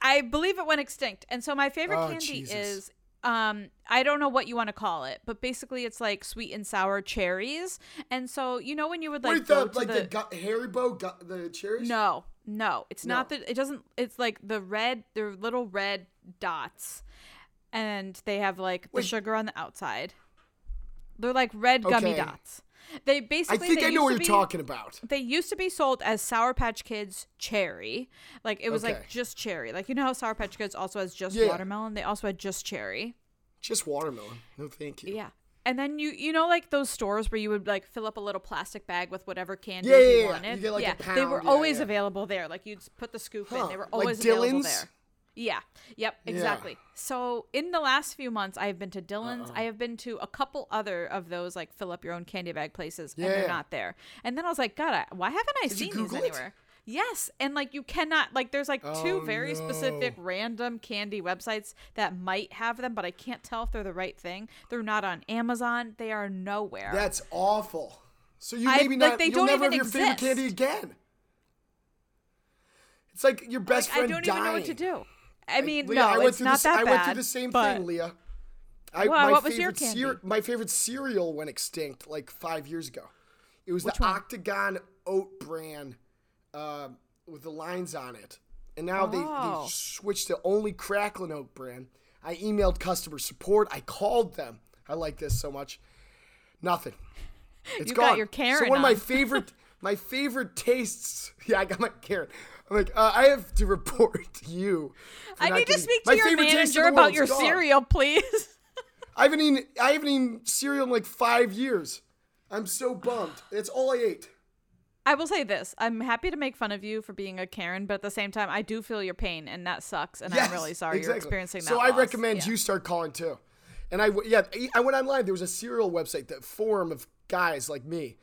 S2: I believe it went extinct. And so my favorite
S1: Oh,
S2: candy
S1: Jesus.
S2: is um I don't know what you want to call it, but basically it's like sweet and sour cherries. And so you know when you would like
S1: Wait,
S2: go
S1: the
S2: to
S1: like
S2: the,
S1: the, gu- Haribo gu- the cherries.
S2: No, no, it's not
S1: No.
S2: the. It doesn't. It's like the red. They're little red dots, and they have like the
S1: Wait.
S2: sugar on the outside. They're like red gummy
S1: Okay.
S2: dots. They
S1: I
S2: basically.
S1: think
S2: they
S1: I know
S2: used
S1: what
S2: to
S1: you're
S2: be-
S1: talking about.
S2: They used to be sold as Sour Patch Kids cherry, like it was
S1: Okay.
S2: like just cherry. Like you know how Sour Patch Kids also has just
S1: Yeah.
S2: watermelon. They also had just cherry.
S1: Just watermelon. No, thank you.
S2: Yeah. And then you you know like those stores where you would like fill up a little plastic bag with whatever candy
S1: Yeah, yeah,
S2: you
S1: yeah.
S2: wanted.
S1: You get, like, a
S2: yeah. they were
S1: pound. Yeah,
S2: always
S1: yeah.
S2: available there. Like you'd s- put the scoop
S1: Huh.
S2: in. They were
S1: Like
S2: always available
S1: Dylan's?
S2: there. Yeah. Yep. Exactly. So in the last few months, I have been to Dylan's.
S1: Uh-uh.
S2: I have been to a couple other of those like fill up your own candy bag places, and
S1: Yeah.
S2: they're not there. And then I was like, God, I, why haven't I
S1: you
S2: seen these
S1: Google it?
S2: anywhere? Yes, and like you cannot like there's like two
S1: Oh,
S2: very specific
S1: no.
S2: random candy websites that might have them, but I can't tell if they're the right thing. They're not on Amazon. They are nowhere.
S1: That's awful. So you
S2: I-
S1: maybe
S2: like,
S1: not.
S2: they
S1: you'll
S2: don't
S1: never
S2: even
S1: have your favorite
S2: exist.
S1: candy again. It's like your best
S2: like, I
S1: friend
S2: don't
S1: dying.
S2: even know what to do. I mean,
S1: Leah,
S2: no,
S1: I went
S2: it's
S1: through
S2: not
S1: this,
S2: that
S1: I
S2: bad.
S1: went through the same
S2: but
S1: thing, Leah. I,
S2: Why,
S1: my
S2: what was your
S1: favorite cere-
S2: candy?
S1: my favorite cereal went extinct like five years ago. It was the Octagon Oat brand uh, with the lines on it, and now they,
S2: Oh.
S1: they switched to only Cracklin Oat brand. I emailed customer support. I called them. I like this so much. Nothing. It's
S2: You
S1: gone.
S2: got your Karen
S1: So one of my
S2: on.
S1: favorite, my favorite tastes. Yeah, I got my Karen. I'm like, uh, I have to report to you. for
S2: I
S1: not
S2: need to
S1: getting-
S2: speak to
S1: my
S2: your
S1: favorite taste in
S2: manager
S1: the
S2: about
S1: world's
S2: your
S1: gone.
S2: cereal, please.
S1: I haven't eaten. I haven't eaten cereal in like five years. I'm so bummed. That's all I ate.
S2: I will say this: I'm happy to make fun of you for being a Karen, but at the same time, I do feel your pain, and that sucks. And
S1: Yes,
S2: I'm really sorry
S1: exactly.
S2: you're experiencing that.
S1: So I
S2: loss.
S1: recommend
S2: Yeah.
S1: you start calling too. And I w- yeah I- I went online. There was a cereal website, that forum of guys like me,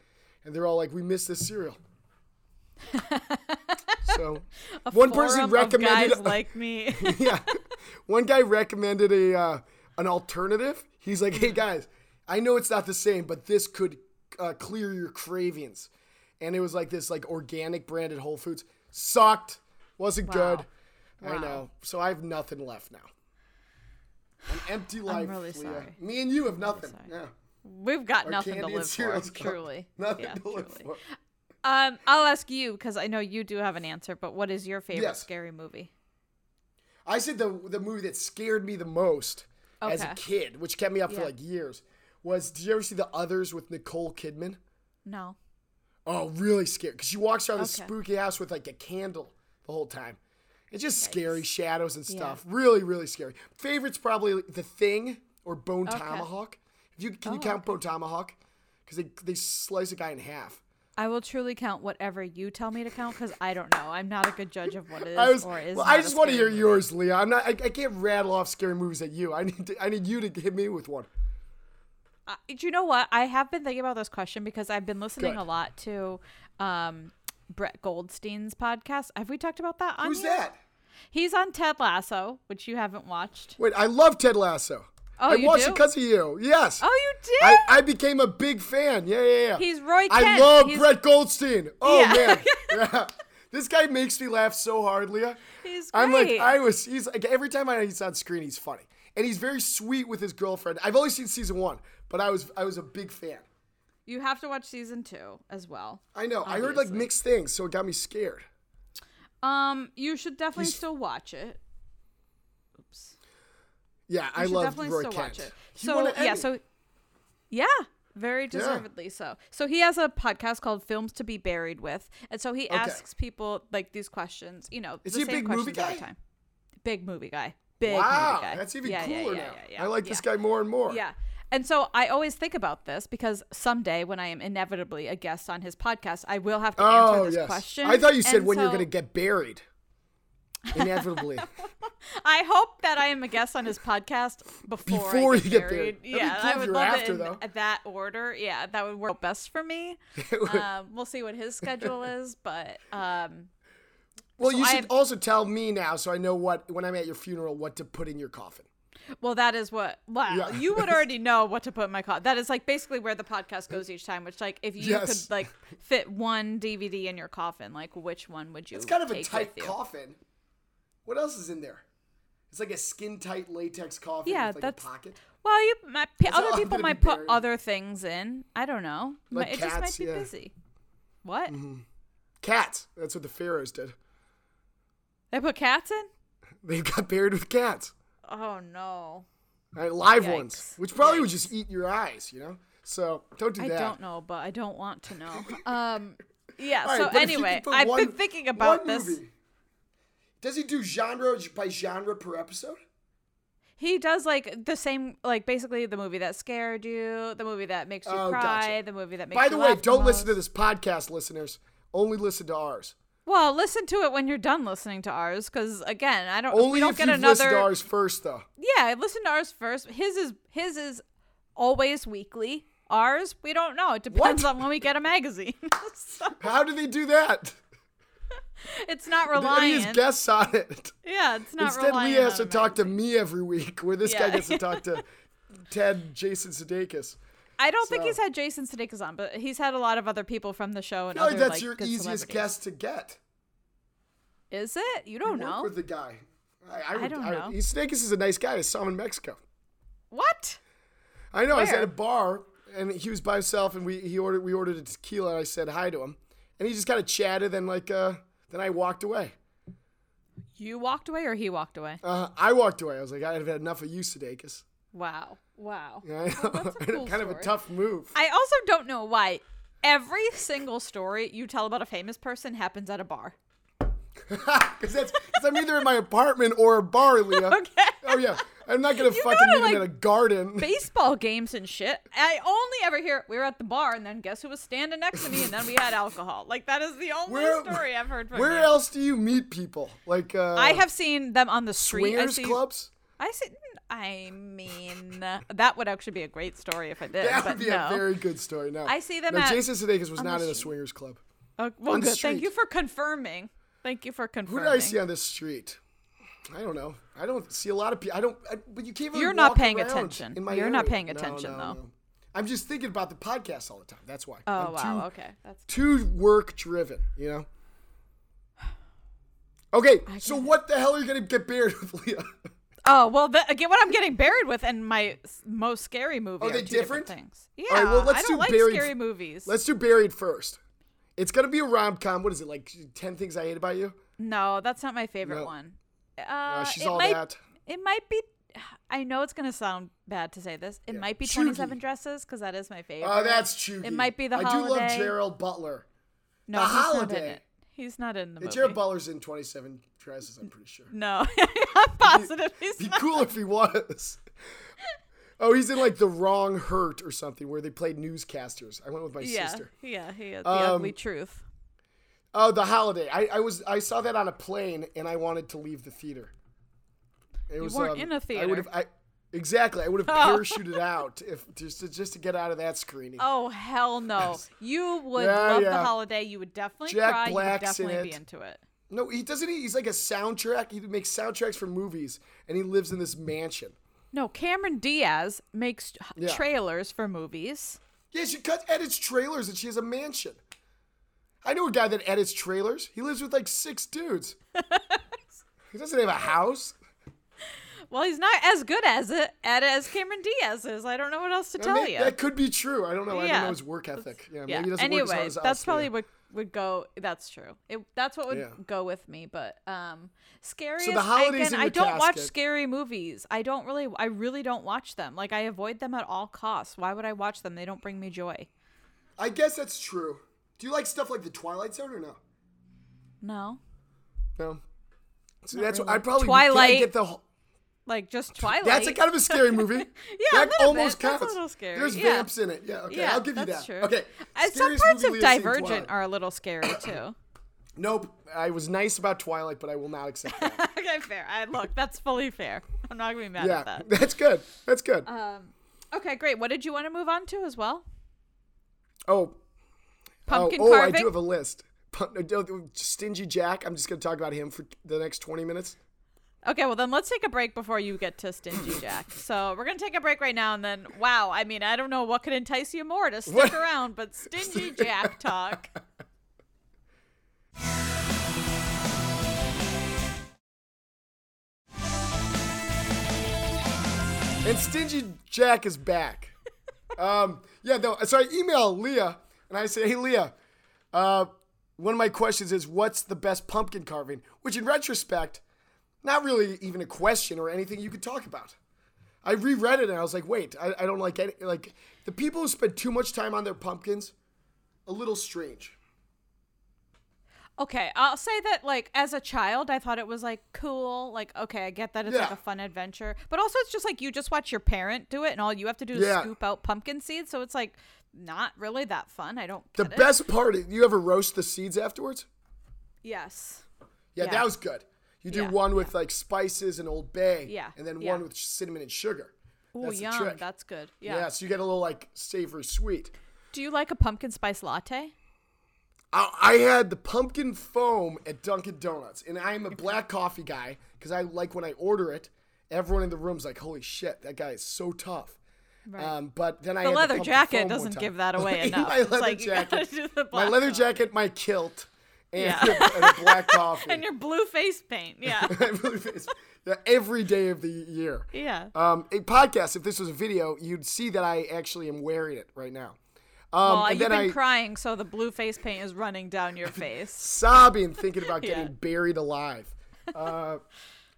S1: and they're all like, "We miss this cereal." so one person
S2: Forum of
S1: recommended
S2: guys like me.
S1: yeah. One guy recommended a uh, an alternative. He's like, "Hey guys, I know it's not the same, but this could uh, clear your cravings." And it was like this like organic brand at Whole Foods. Sucked. Wasn't
S2: Wow.
S1: good.
S2: Wow.
S1: I know. So I have nothing left now. An empty life.
S2: really
S1: Leah.
S2: sorry.
S1: Me and you have nothing. yeah.
S2: We've got nothing to
S1: candy and
S2: live for,
S1: cereal's gone.
S2: truly.
S1: Nothing
S2: Yeah,
S1: to live
S2: truly.
S1: for.
S2: Um, I'll ask you because I know you do have an answer. But what is your favorite
S1: Yes.
S2: scary movie?
S1: I said the the movie that scared me the most as a
S2: Okay.
S1: kid, which kept me up
S2: Yeah.
S1: for like years, was did you ever see the others with Nicole Kidman?
S2: No.
S1: Oh, really scary because she walks around this
S2: Okay.
S1: spooky house with like a candle the whole time. It's just scary shadows and
S2: Yeah.
S1: stuff. Really, really scary. Favorite's probably The Thing or Bone
S2: Okay. Oh,
S1: Tomahawk. If you can you count Bone Tomahawk because they they slice a guy in half.
S2: I will truly count whatever you tell me to count because I don't know. I'm not a good judge of what is
S1: I was.
S2: or is.
S1: Well,
S2: not
S1: I
S2: a
S1: just want to hear
S2: scary movie.
S1: yours, Leah. I'm not. I, I can't rattle off scary movies at you. I need. To, I need you to hit me with one.
S2: Uh, do you know what? I have been thinking about this question because I've been listening
S1: Good.
S2: a lot to um, Brett Goldstein's podcast. Have we talked about that on
S1: Who's
S2: here?
S1: that?
S2: He's on Ted Lasso, which you haven't watched.
S1: Wait, I love Ted Lasso.
S2: Oh,
S1: I
S2: you
S1: watched
S2: do?
S1: it because of you. Yes.
S2: Oh, you did?
S1: I, I became a big fan. Yeah, yeah, yeah.
S2: He's Roy
S1: I
S2: Kent.
S1: love
S2: He's-
S1: Brett Goldstein. Oh
S2: Yeah.
S1: man. Yeah. This guy makes me laugh so hard, Leah.
S2: He's
S1: I'm like,
S2: great.
S1: I was. He's like every time I he's on screen, he's funny, and he's very sweet with his girlfriend. I've only seen season one, but I was I was a big fan.
S2: You have to watch season two as well.
S1: I know. I heard like
S2: Obviously.
S1: mixed things, so it got me scared.
S2: Um, you should definitely
S1: He's-
S2: still watch it. Oops.
S1: Yeah,
S2: You
S1: I
S2: should
S1: love
S2: definitely
S1: Roy
S2: still
S1: Kent.
S2: watch it.
S1: He
S2: so
S1: won an
S2: yeah,
S1: Emmy.
S2: so yeah, very deservedly so. So he has a podcast called Films to Be Buried With, and so he asks people like these questions. You know,
S1: Is
S2: the
S1: he a
S2: same
S1: big movie
S2: questions every
S1: guy?
S2: time. Big movie guy. Big
S1: wow,
S2: movie guy.
S1: that's even
S2: Yeah, yeah,
S1: cooler
S2: yeah,
S1: now.
S2: yeah, yeah,
S1: I like
S2: yeah.
S1: this guy more and more.
S2: Yeah. And so I always think about this because someday when I am inevitably a guest on his podcast, I will have to answer
S1: Oh
S2: this
S1: yes.
S2: question.
S1: I thought you said
S2: And
S1: when you're
S2: so
S1: going to get buried. Inevitably,
S2: I hope that I am a guest on his podcast before,
S1: Before
S2: I get
S1: you get
S2: buried.
S1: buried. That'd be
S2: Yeah,
S1: cool
S2: I
S1: if
S2: would
S1: you were
S2: love
S1: after,
S2: it in
S1: though.
S2: that order. Yeah, that would work best for me. um, we'll see what his schedule is, but um,
S1: well,
S2: So
S1: you
S2: I
S1: should
S2: have-
S1: also tell me now, so I know what when I'm at your funeral, what to put in your coffin.
S2: well, that is what. Wow,
S1: Yeah.
S2: you would already know what to put in my call. That is like basically where the podcast goes each time. Which, like, if you
S1: Yes.
S2: could like fit one DVD in your coffin, like which one would you?
S1: It's kind of a
S2: take
S1: tight
S2: with you?
S1: coffin. What else is in there? It's like a skin tight latex coffin
S2: Yeah,
S1: with like
S2: that's-
S1: a pocket.
S2: Well, you might, p-
S1: how
S2: other
S1: I'm
S2: people
S1: gonna
S2: might
S1: be
S2: put
S1: buried.
S2: other things in. I don't know.
S1: Like
S2: Might- it just
S1: cats,
S2: might be
S1: yeah. Mm-hmm.
S2: busy. What?
S1: Cats. That's what the pharaohs did.
S2: They put cats in?
S1: They got buried with cats.
S2: Oh no.
S1: All right, live ones,
S2: Yikes.
S1: which probably would just eat your eyes, you know. So don't do
S2: I
S1: that.
S2: don't know, but I don't want to know. Um yeah,
S1: All right,
S2: so
S1: but if you
S2: anyway,
S1: could put
S2: I've
S1: one-
S2: been thinking
S1: one
S2: about this.
S1: movie. Does he do genre by genre per episode?
S2: He does like the same like basically the movie that scared you, the movie that makes you
S1: Oh, gotcha.
S2: cry, the movie that makes
S1: By
S2: you
S1: the way,
S2: laugh
S1: don't listen to
S2: most.
S1: this podcast, listeners. Only listen to ours.
S2: Well, listen to it when you're done listening to ours cuz again, I don't we
S1: Only
S2: don't
S1: if
S2: get
S1: you've listened to
S2: another
S1: ours first, though.
S2: Yeah, listen to ours first. His is his is always weekly. Ours, we don't know. It depends on when we get a magazine. so
S1: How do they do that?
S2: it's not
S1: He has
S2: reliant.
S1: guests on it.
S2: Yeah, it's not
S1: Instead,
S2: reliant
S1: Leah has
S2: on
S1: to
S2: a
S1: talk to
S2: magazine.
S1: me every week, where this guy
S2: Yeah.
S1: gets to talk to Ted Jason Sudeikis.
S2: I don't think he's
S1: so-
S2: had Jason Sudeikis on, but he's had a lot of other people from the show and
S1: I feel like
S2: other,
S1: that's
S2: like,
S1: your
S2: good
S1: easiest
S2: celebrities.
S1: guest to get.
S2: Is it? You don't
S1: Work
S2: know
S1: with the guy. I, I, would-
S2: don't know.
S1: He- Sudeikis is a nice guy. I saw him in Mexico.
S2: what?
S1: I know. I was
S2: Where?
S1: at a bar, and he was by himself, and we he ordered we ordered a tequila. And I said hi to him, and he just kind of chatted. And like, uh, then I walked away.
S2: You walked away or he walked away?
S1: Uh, I walked away. I was like, I've had enough of you, Sudeikis.
S2: Wow, wow.
S1: I know.
S2: that's a cool
S1: kind of a
S2: story.
S1: tough move.
S2: I also don't know why every single story you tell about a famous person happens at a bar.
S1: Because that's cause I'm either in my apartment or a bar, Leah.
S2: Okay.
S1: Oh yeah, I'm not gonna
S2: go
S1: fucking
S2: to,
S1: meet him
S2: like,
S1: in a garden.
S2: baseball games and shit. I only ever hear we were at the bar and then guess who was standing next to me and then we had alcohol. Like that is the only
S1: Where-
S2: story I've heard from.
S1: Where
S2: you.
S1: else do you meet people? Like uh,
S2: I have seen them on the street. I
S1: swingers
S2: see,
S1: clubs.
S2: I see. I mean, uh, that would actually be a great story if I did.
S1: That
S2: but
S1: would be
S2: no.
S1: a very good story. No,
S2: I see them
S1: No,
S2: at-
S1: Jason Sudeikis was
S2: on the
S1: not in a
S2: street.
S1: swingers club.
S2: Oh, well,
S1: on the
S2: good. Thank
S1: street.
S2: you for confirming. Thank you for
S1: Who
S2: confirming.
S1: did I see on this street? I don't know. I don't see a lot of people. I don't. I, but you can't. Really
S2: You're not
S1: walk
S2: paying
S1: around
S2: attention.
S1: in my
S2: You're not
S1: area.
S2: paying
S1: No,
S2: attention,
S1: no,
S2: though.
S1: no. I'm just thinking about the podcast all the time. That's why. I'm
S2: Oh wow.
S1: Too,
S2: okay. That's
S1: too work driven. You know. Okay, so what the hell are you gonna get buried with, Leah?
S2: Oh well, the, again, what I'm getting buried with and my s- most scary movie
S1: Are
S2: are,
S1: they
S2: two different?
S1: different?
S2: things. Yeah,
S1: right, well, let's
S2: I don't
S1: do
S2: like
S1: buried-
S2: scary movies.
S1: Let's do buried first. It's gonna be a rom com. What is it like? Ten things I hate about you.
S2: No, that's not my favorite
S1: No.
S2: one. Uh,
S1: Uh, she's
S2: it
S1: all
S2: might,
S1: that.
S2: It might be. I know it's gonna sound bad to say this. It might be
S1: Chugi.
S2: Twenty Seven Dresses because that is my favorite.
S1: Oh, that's true.
S2: It might be the
S1: I do love
S2: holiday.
S1: Gerald Butler.
S2: no,
S1: The
S2: he's not in
S1: Holiday.
S2: it. He's not in the
S1: And
S2: movie.
S1: Gerald Butler's in 27 dresses, I'm pretty sure.
S2: no, I'm positive he's
S1: Be
S2: not.
S1: cool if he was. Oh, he's in like The Wrong Hurt or something where they played newscasters. I went with my
S2: Yeah,
S1: sister. Um,
S2: yeah, he is. The ugly truth.
S1: Oh, The Holiday. I, I was I saw that on a plane and I wanted to leave the theater. It was um,
S2: weren't in
S1: I
S2: a
S1: would
S2: theater.
S1: have I exactly. I would have
S2: Oh.
S1: parachuted out if just to, just to get out of that screening.
S2: Oh hell no! You would
S1: Yeah,
S2: love
S1: yeah.
S2: the holiday. You would definitely
S1: Jack
S2: cry.
S1: Black's
S2: you
S1: in
S2: would definitely
S1: it.
S2: be into it.
S1: No, he doesn't. He, he's like a soundtrack. He makes soundtracks for movies, and he lives in this mansion.
S2: No, Cameron Diaz makes h-
S1: Yeah.
S2: trailers for movies.
S1: Yeah, she cuts edits trailers and she has a mansion. I know a guy that edits trailers. He lives with like six dudes. he doesn't have a house.
S2: Well, he's not as good as it at it as Cameron Diaz is. I don't know what else to
S1: I
S2: tell
S1: mean,
S2: you.
S1: That could be true. I don't know. I
S2: Yeah.
S1: don't know his work ethic. Yeah,
S2: yeah.
S1: maybe he doesn't work as hard
S2: Anyway,
S1: as us,
S2: that's
S1: yeah.
S2: probably what would go. That's true. It, that's what would
S1: Yeah.
S2: go with me. But um, scary.
S1: the holidays in
S2: I
S1: the
S2: don't watch
S1: casket.
S2: scary movies. I don't really. I really don't watch them. Like I avoid them at all costs. Why would I watch them? They don't bring me joy.
S1: I guess that's true. Do you like stuff like the Twilight Zone or no?
S2: No.
S1: No. See, that's what I probably
S2: Twilight.
S1: Can I get the. whole-
S2: Like just Twilight.
S1: That's a kind of a scary movie. yeah,
S2: a
S1: that
S2: little
S1: almost
S2: bit. That's
S1: counts.
S2: a little scary,
S1: There's
S2: yeah.
S1: vamps in it. Yeah, okay,
S2: yeah,
S1: I'll give you that.
S2: that's True.
S1: Okay.
S2: And some
S1: scariest
S2: parts
S1: movie
S2: of
S1: we have seen,
S2: Divergent
S1: Twilight.
S2: are a little scary too.
S1: Nope. I was nice about Twilight, but I will not accept that.
S2: okay, fair. I look. That's fully fair. I'm not gonna be mad at
S1: yeah,
S2: that.
S1: that's good. That's good.
S2: Um. Okay, great. What did you want to move on to as well?
S1: oh, oh,
S2: Pumpkin
S1: oh, I
S2: carving.
S1: do have a list. Pun- uh, uh, Stingy Jack. I'm just going to talk about him for the next 20 minutes.
S2: Okay, well then let's take a break before you get to Stingy Jack. So we're gonna take a break right now, and then wow, I mean I don't know what could entice you more to stick
S1: What?
S2: around, but Stingy Jack talk.
S1: And Stingy Jack is back. um, yeah, though. So I email Leah and I say, hey, Leah, uh, one of my questions is what's the best pumpkin carving? Which, in retrospect, not really even a question or anything you could talk about. I reread it and I was like, wait, I, I don't like any. Like, the people who spend too much time on their pumpkins, a little strange.
S2: Okay, I'll say that like as a child, I thought it was like cool. Like okay, I get that it's like
S1: Yeah.
S2: a fun adventure, but also it's just like you just watch your parent do it, and all you have to do is
S1: Yeah.
S2: scoop out pumpkin seeds. So it's like not really that fun. I don't.
S1: The
S2: get it.
S1: best part is you ever roast the seeds afterwards?
S2: Yes.
S1: Yeah,
S2: Yeah.
S1: that was good. You do
S2: Yeah,
S1: one with like spices and Old Bay,
S2: Yeah,
S1: and then
S2: yeah.
S1: one with cinnamon and sugar.
S2: Oh,
S1: That's the
S2: yum.
S1: trick.
S2: That's good.
S1: Yeah.
S2: Yeah.
S1: so you get a little like savory sweet.
S2: Do you like a pumpkin spice latte?
S1: I, I had the pumpkin foam at Dunkin' Donuts, and I'm a black coffee guy because I like when I order it. Everyone in the room's like, "Holy shit, that guy is so tough." Um, but then I
S2: The
S1: had
S2: leather
S1: pumpkin foam
S2: jacket
S1: one
S2: doesn't
S1: time.
S2: give that away enough.
S1: my
S2: It's
S1: leather
S2: like, you gotta
S1: jacket,
S2: do the
S1: my
S2: black
S1: leather
S2: coat.
S1: jacket, my kilt, and,
S2: Yeah.
S1: and a black coffee.
S2: And your blue face paint. Yeah.
S1: Yeah, every day of the year.
S2: yeah.
S1: Um, a podcast. If this was a video, you'd see that I actually am wearing it right now. Um,
S2: well,
S1: and
S2: you've been
S1: then I
S2: crying, so the blue face paint is running down your face.
S1: sobbing, thinking about
S2: Yeah.
S1: getting buried alive. Uh,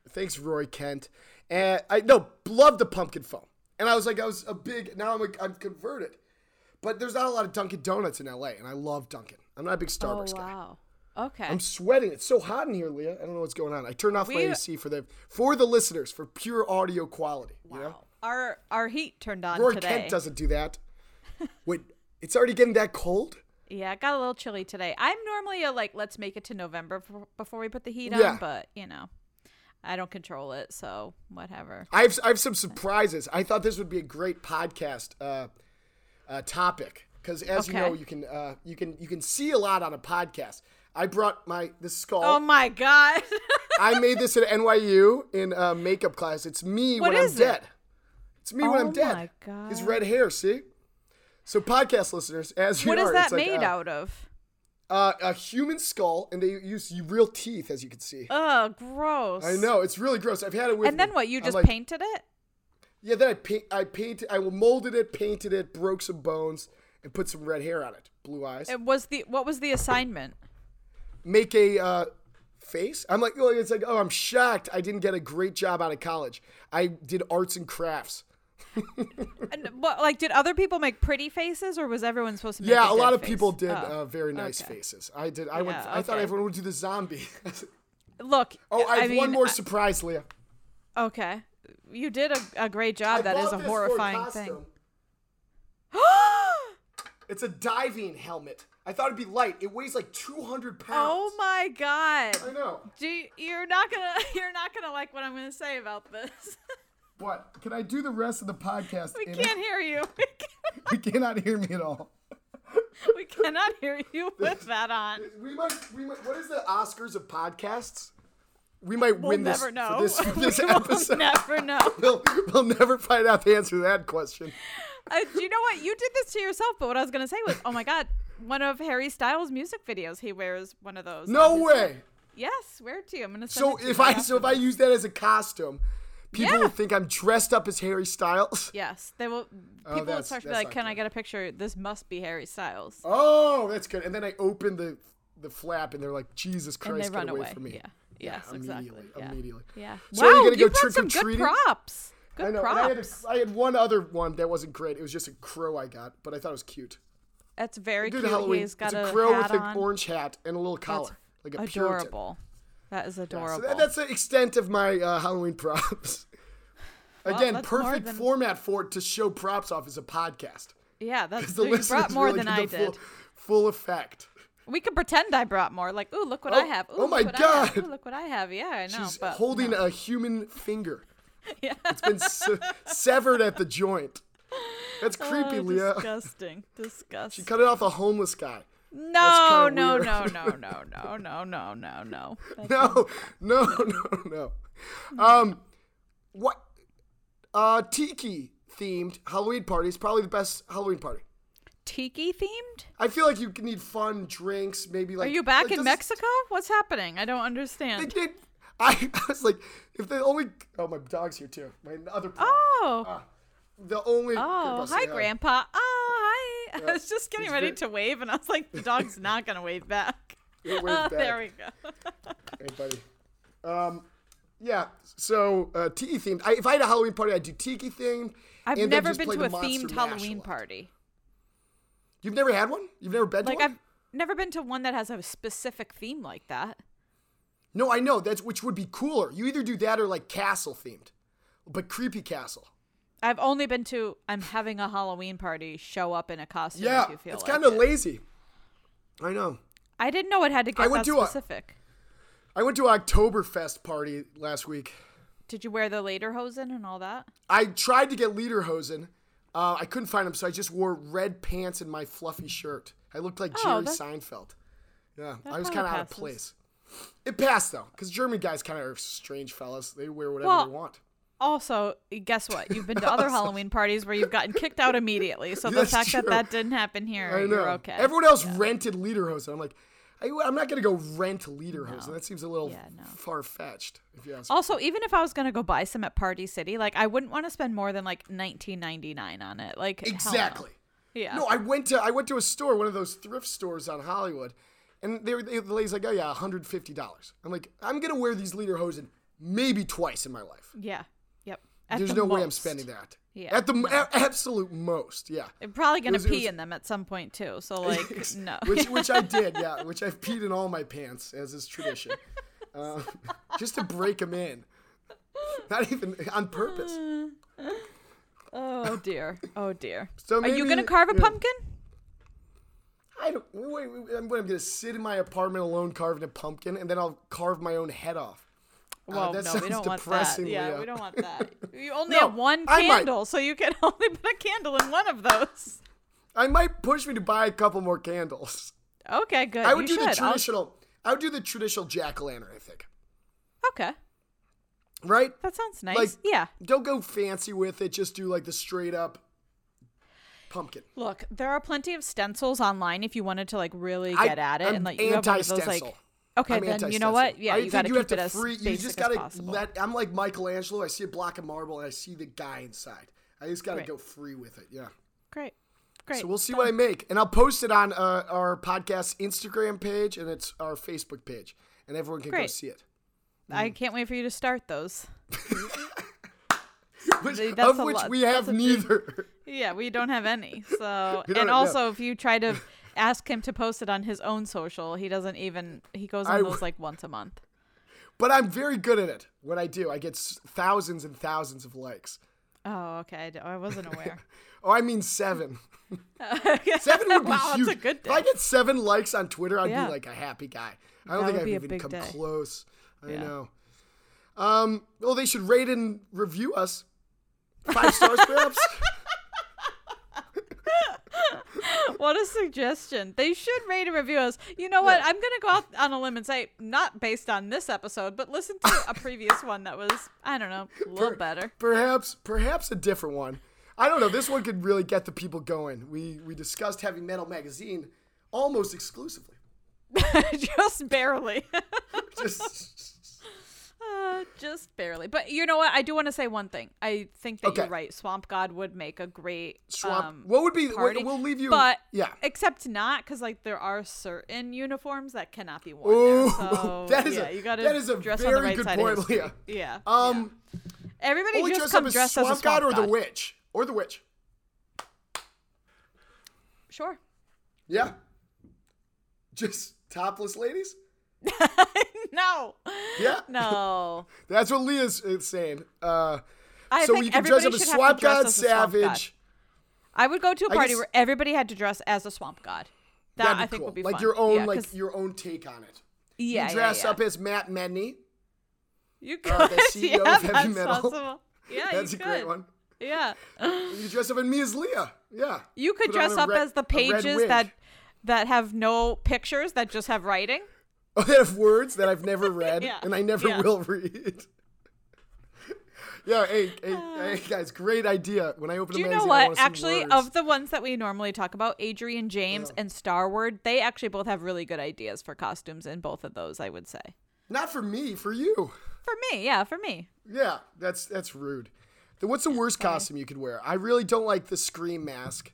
S1: thanks, Roy Kent. And I no loved the pumpkin foam. And I was like, I was a big. Now I'm a, I'm converted. But there's not a lot of Dunkin' Donuts in LA, and I love Dunkin'. I'm not a big
S2: Oh,
S1: Starbucks guy.
S2: wow. Okay.
S1: I'm sweating. It's so hot in here, Leah. I don't know what's going on. I turned off my
S2: We-
S1: AC for the for the listeners for pure audio quality. You know?
S2: Wow. Our our heat turned on
S1: Roy
S2: today.
S1: Kent doesn't do that. Wait, it's already getting that cold?
S2: yeah, it got a little chilly today. I'm normally a like let's make it to November bef- before we put the heat on,
S1: Yeah.
S2: but you know, I don't control it, so whatever.
S1: I have I have some surprises. I thought this would be a great podcast uh, uh, topic because, as you
S2: Okay.
S1: know, you can uh, you can you can see a lot on a podcast. I brought my the skull.
S2: Oh my god.
S1: I made this at NYU in uh, makeup class. It's me
S2: What
S1: when I'm
S2: is it?
S1: dead. It's me when
S2: Oh
S1: I'm dead.
S2: my God.
S1: His red hair. See. So podcast listeners, as you
S2: what
S1: are,
S2: is that
S1: it's like,
S2: made
S1: uh,
S2: out of?
S1: Uh, a human skull, and they use real teeth, as you can see.
S2: Oh, gross.
S1: I know it's really gross. I've had it with.
S2: And then
S1: me.
S2: what? You
S1: I'm
S2: just
S1: like-
S2: painted it?
S1: Yeah, then I paint. I painted. I molded it, painted it, broke some bones, and put some red hair on it. Blue eyes.
S2: It was the what was the assignment?
S1: Make a uh, face. I'm like, oh, it's like, oh, I'm shocked. I didn't get a great job out of college. I did arts and crafts.
S2: And what, like, did other people make pretty faces, or was everyone supposed to? make
S1: yeah,
S2: a,
S1: a lot
S2: dead
S1: of
S2: face?
S1: people did
S2: Oh.
S1: uh, very nice
S2: okay.
S1: faces. I did. I went.
S2: Yeah,
S1: I thought
S2: okay.
S1: everyone would do the zombie.
S2: Look.
S1: oh, I have
S2: mean,
S1: one more surprise, Leah.
S2: I- Okay, you did a, a great job.
S1: I
S2: that is
S1: bought
S2: a
S1: this for
S2: horrifying thing.
S1: costume. It's a diving helmet. I thought it'd be light. It weighs like 200
S2: oh
S1: pounds.
S2: my god.
S1: I know.
S2: Do you, you're not gonna you're not gonna like what I'm gonna say about this.
S1: What? Can I do the rest of the podcast?
S2: We
S1: in it?
S2: can't hear you. We, can,
S1: You cannot hear me at all.
S2: we cannot hear you with that on.
S1: We might. We might. What is the Oscars of podcasts? We might
S2: We'll
S1: win this
S2: never know.
S1: for this, for this
S2: we
S1: episode.
S2: will never know.
S1: we'll, we'll never find out the answer to that question.
S2: uh, do you know what you did this to yourself? But what I was gonna say was, oh my god, one of Harry Styles' music videos. He wears one of those.
S1: No
S2: on his-
S1: way.
S2: Yes, wear it to you. I'm gonna. Send
S1: So
S2: it to
S1: if
S2: you
S1: I
S2: right
S1: so if
S2: after
S1: I
S2: this.
S1: use that as a costume, people
S2: Yeah.
S1: will think I'm dressed up as Harry Styles.
S2: yes, they will.
S1: Oh,
S2: People will
S1: that's-
S2: start to be
S1: that's
S2: like,
S1: not
S2: "Can I
S1: good.
S2: get a picture? This must be Harry Styles."
S1: Oh, that's good. And then I open the the flap, and they're like, Jesus
S2: and
S1: Christ,
S2: they
S1: get
S2: run
S1: away,
S2: away.
S1: from me.
S2: Yeah. Yes,
S1: immediately.
S2: exactly. Yeah.
S1: Immediately.
S2: Yeah.
S1: So
S2: wow,
S1: are you gonna
S2: you
S1: go
S2: brought some good
S1: trick-or-treating?
S2: props. Good
S1: I know. and I, had
S2: props.
S1: a, I had one other one that wasn't great. It was just a crow I got, but I thought it was cute.
S2: That's very
S1: Good
S2: cute.
S1: Halloween.
S2: He's got
S1: it's a
S2: a
S1: crow
S2: hat
S1: with
S2: on.
S1: an orange hat and a little collar, like a Puritan.
S2: adorable. That is
S1: So
S2: adorable.
S1: that, that's the extent of my uh, Halloween props. Again,
S2: that's more
S1: perfect
S2: than-
S1: format for it to show props off as a podcast.
S2: yeah, that's
S1: The
S2: so you
S1: listeners
S2: brought more
S1: really
S2: than
S1: get
S2: I
S1: the
S2: did.
S1: Full, full effect.
S2: We could pretend I brought more. Like, ooh, look what I
S1: Oh,
S2: have. Ooh,
S1: oh my
S2: look what I have.
S1: God.
S2: Ooh, look what I have. Yeah, I know.
S1: She's
S2: but
S1: holding a human finger.
S2: yeah,
S1: It's been se- severed at the joint. That's
S2: Oh,
S1: creepy, Leah.
S2: disgusting, disgusting.
S1: Cut it off a homeless guy.
S2: no,
S1: kinda
S2: no,
S1: weird.
S2: no, no, no, no, no, no, no, no. That's-
S1: No, no, no, no. Um, what? Uh, tiki themed Halloween party is probably the best Halloween party.
S2: Tiki themed?
S1: I feel like you can need fun drinks, maybe
S2: Are
S1: like.
S2: you back
S1: it
S2: in
S1: doesn't-
S2: Mexico? What's happening? I don't
S1: They
S2: understand.
S1: did. I, I was like, if the only oh my dog's here too. My other plant.
S2: Oh,
S1: Uh, the only. Grandpa,
S2: oh,
S1: say
S2: hi, Grandpa. Oh, hi. I was just getting
S1: he's
S2: ready
S1: very-
S2: to wave, and I was like, the dog's not gonna wave back.
S1: Wave
S2: Oh,
S1: back.
S2: there we go.
S1: Hey, buddy. Um, yeah. So uh, tiki themed. I, if I had a Halloween party, I'd do tiki themed.
S2: I've
S1: and then
S2: never
S1: just
S2: been
S1: play
S2: to a
S1: the Monster
S2: themed
S1: Mash
S2: Halloween
S1: lot.
S2: party.
S1: You've never had one? You've never been
S2: Like
S1: to one?
S2: I've never been to one that has a specific theme like that.
S1: No, I know. That's which would be cooler. You either do that or like castle themed, but creepy castle.
S2: I've only been to I'm having a Halloween party, show up in a costume
S1: Yeah,
S2: if you feel
S1: it's
S2: like
S1: kind of
S2: it.
S1: lazy. I know.
S2: I didn't know it had to get
S1: went
S2: that
S1: to a-
S2: specific.
S1: I went to an Oktoberfest party last week.
S2: Did you wear the lederhosen and all that?
S1: I tried to get lederhosen. Uh, I couldn't find them, so I just wore red pants and my fluffy shirt. I looked like
S2: Oh,
S1: Jerry
S2: that-
S1: Seinfeld. Yeah, I was
S2: probably
S1: kind of out of
S2: passes.
S1: place. It passed though, because German guys kind of are strange fellas. They wear whatever
S2: Well,
S1: they want.
S2: Also, guess what? You've been to other Halloween parties where you've gotten kicked out immediately. So the
S1: That's
S2: fact that
S1: true.
S2: that didn't happen here,
S1: I know.
S2: you're okay.
S1: Everyone else rented lederhosen. I'm like, I, am not gonna go rent lederhosen. That seems a little
S2: Yeah, no. Oh,
S1: far fetched. If you ask. me.
S2: also, even if I was gonna go buy some at Party City, like I wouldn't want to spend more than like 19.99 on it. Like hell no.
S1: exactly.
S2: Yeah.
S1: No, I went to I went to a store, one of those thrift stores on Hollywood, and they, were- they the lady's like, "Oh yeah, one hundred fifty dollars." I'm like, "I'm gonna wear these lederhosen maybe twice in my life.
S2: Yeah. Yep. At
S1: There's
S2: the
S1: no way I'm
S2: most.
S1: spending that.
S2: Yeah,
S1: At the m a absolute most, yeah."
S2: I'm probably gonna
S1: was- it
S2: pee
S1: was-
S2: in them at some point too. So like, no.
S1: which which I did, yeah. Which I've peed in all my pants, as is tradition, um, just to break them in. Not even on purpose.
S2: Oh dear. Oh dear.
S1: So
S2: Are you
S1: maybe-
S2: gonna carve a
S1: yeah.
S2: pumpkin?
S1: I don't. Wait, wait, wait, I'm, I'm gonna sit in my apartment alone, carving a pumpkin, and then I'll carve my own head off. Uh,
S2: Well,
S1: that
S2: no,
S1: sounds
S2: we don't want that.
S1: depressing,
S2: Yeah,
S1: Leah.
S2: we don't want that. You only
S1: No,
S2: have one
S1: I might.
S2: candle, so you can only put a candle in one of those.
S1: I might push me to buy a couple more candles.
S2: Okay, good.
S1: I would do
S2: you should.
S1: the
S2: I'll-
S1: traditional. I would do the traditional jack o' lantern. I think.
S2: Okay,
S1: Right?
S2: that sounds nice.
S1: Like-
S2: yeah.
S1: Don't go fancy with it. Just do like the straight up pumpkin.
S2: Look, there are plenty of stencils online if you wanted to like really get at it
S1: I'm
S2: and like you have one of those like.
S1: anti-stencil.
S2: Okay,
S1: I'm
S2: then you
S1: anti-stencil.
S2: know what? Yeah,
S1: I
S2: you
S1: think
S2: got to
S1: have
S2: keep it as
S1: free-
S2: basic
S1: You just
S2: as
S1: gotta
S2: possible.
S1: let. I'm like Michelangelo. I see a block of marble and I see the guy inside. I just gotta
S2: Right.
S1: go free with it. Yeah.
S2: Great, great.
S1: So we'll see what I make, and I'll post it on uh, our podcast Instagram page and it's our Facebook page, and everyone can go
S2: Great.
S1: see it.
S2: I can't wait for you to start those.
S1: Which,
S2: That's
S1: of
S2: a
S1: which
S2: lot-
S1: we have neither.
S2: Yeah, we don't have any. So,
S1: We don't
S2: and
S1: have-
S2: also, if you try to ask him to post it on his own social, he doesn't even. He goes on
S1: I
S2: those
S1: would-
S2: like once a month.
S1: but I'm very good at it. When I do, I get s- thousands and thousands of likes.
S2: Oh, okay. I d- I wasn't aware.
S1: Oh, I mean seven. Seven would be
S2: wow,
S1: huge.
S2: that's a good
S1: If I
S2: day.
S1: get seven likes on Twitter, I'd
S2: Yeah.
S1: be like a happy guy. I don't
S2: That
S1: think
S2: would
S1: I've
S2: be a
S1: even
S2: big
S1: come
S2: day.
S1: close. I
S2: Yeah.
S1: know. Um, well, they should rate and review us. Five stars, perhaps.
S2: what a suggestion! They should rate and review us. You know what? I'm gonna go out on a limb and say, not based on this episode, but listen to a previous one that was, I don't know, a little better.
S1: Perhaps, perhaps a different one. I don't know. This one could really get the people going. We we discussed heavy metal magazine almost exclusively.
S2: just barely.
S1: Just
S2: Uh, just barely. But you know what? I do want to say one thing. I think that
S1: Okay.
S2: you're right. Swamp God would make a great
S1: swamp.
S2: Um,
S1: what would be?
S2: party,
S1: We'll, we'll leave you.
S2: but
S1: yeah.
S2: except not because like there are certain uniforms that cannot be worn.
S1: Ooh,
S2: there. So,
S1: that is a-
S2: yeah, you gotta
S1: that is a
S2: dress on
S1: very
S2: the right
S1: good
S2: side
S1: point,
S2: of history.
S1: Leah.
S2: Yeah.
S1: Um,
S2: yeah. everybody
S1: only
S2: just
S1: dress
S2: come
S1: up as
S2: dressed
S1: swamp
S2: as a
S1: god
S2: swamp
S1: or the witch or the witch.
S2: Sure.
S1: Yeah. Just topless ladies.
S2: no.
S1: Yeah.
S2: No.
S1: That's what Leah's is saying. Uh,
S2: I
S1: so
S2: think
S1: we can dress up as
S2: everybody should have to
S1: swamp
S2: dress
S1: god,
S2: as a swamp
S1: savage.
S2: god. I would go to a
S1: I
S2: party
S1: guess-
S2: where everybody had to dress as a swamp god. That
S1: That'd be
S2: I think
S1: cool.
S2: would be
S1: like
S2: fun.
S1: your own
S2: yeah,
S1: like
S2: 'cause-
S1: your own take on it.
S2: yeah, yeah,
S1: you dress
S2: yeah.
S1: up as Matt Medney.
S2: You could.
S1: uh, the CEO
S2: yeah,
S1: of heavy
S2: that's
S1: metal.
S2: possible. Yeah,
S1: That's
S2: you
S1: a
S2: could.
S1: great one.
S2: Yeah,
S1: You dress up in me as Leah. Yeah.
S2: you could
S1: Put on
S2: dress
S1: a
S2: up
S1: red-
S2: as the
S1: a red
S2: pages
S1: wig.
S2: that that have no pictures that just have writing.
S1: that have words that I've never read
S2: Yeah,
S1: and I never
S2: yeah.
S1: will read. yeah, hey, hey, hey, guys, great idea. When I open
S2: Do
S1: a
S2: you
S1: magazine,
S2: know
S1: I
S2: what?
S1: wanna see
S2: Actually,
S1: words.
S2: of the ones that we normally talk about, Adrian James and Starward, they actually both have really good ideas for costumes in both of those. I would say
S1: not for me, for you.
S2: for me, yeah, for me.
S1: Yeah, that's that's rude. Then what's the worst costume you could wear? I really don't like the scream mask.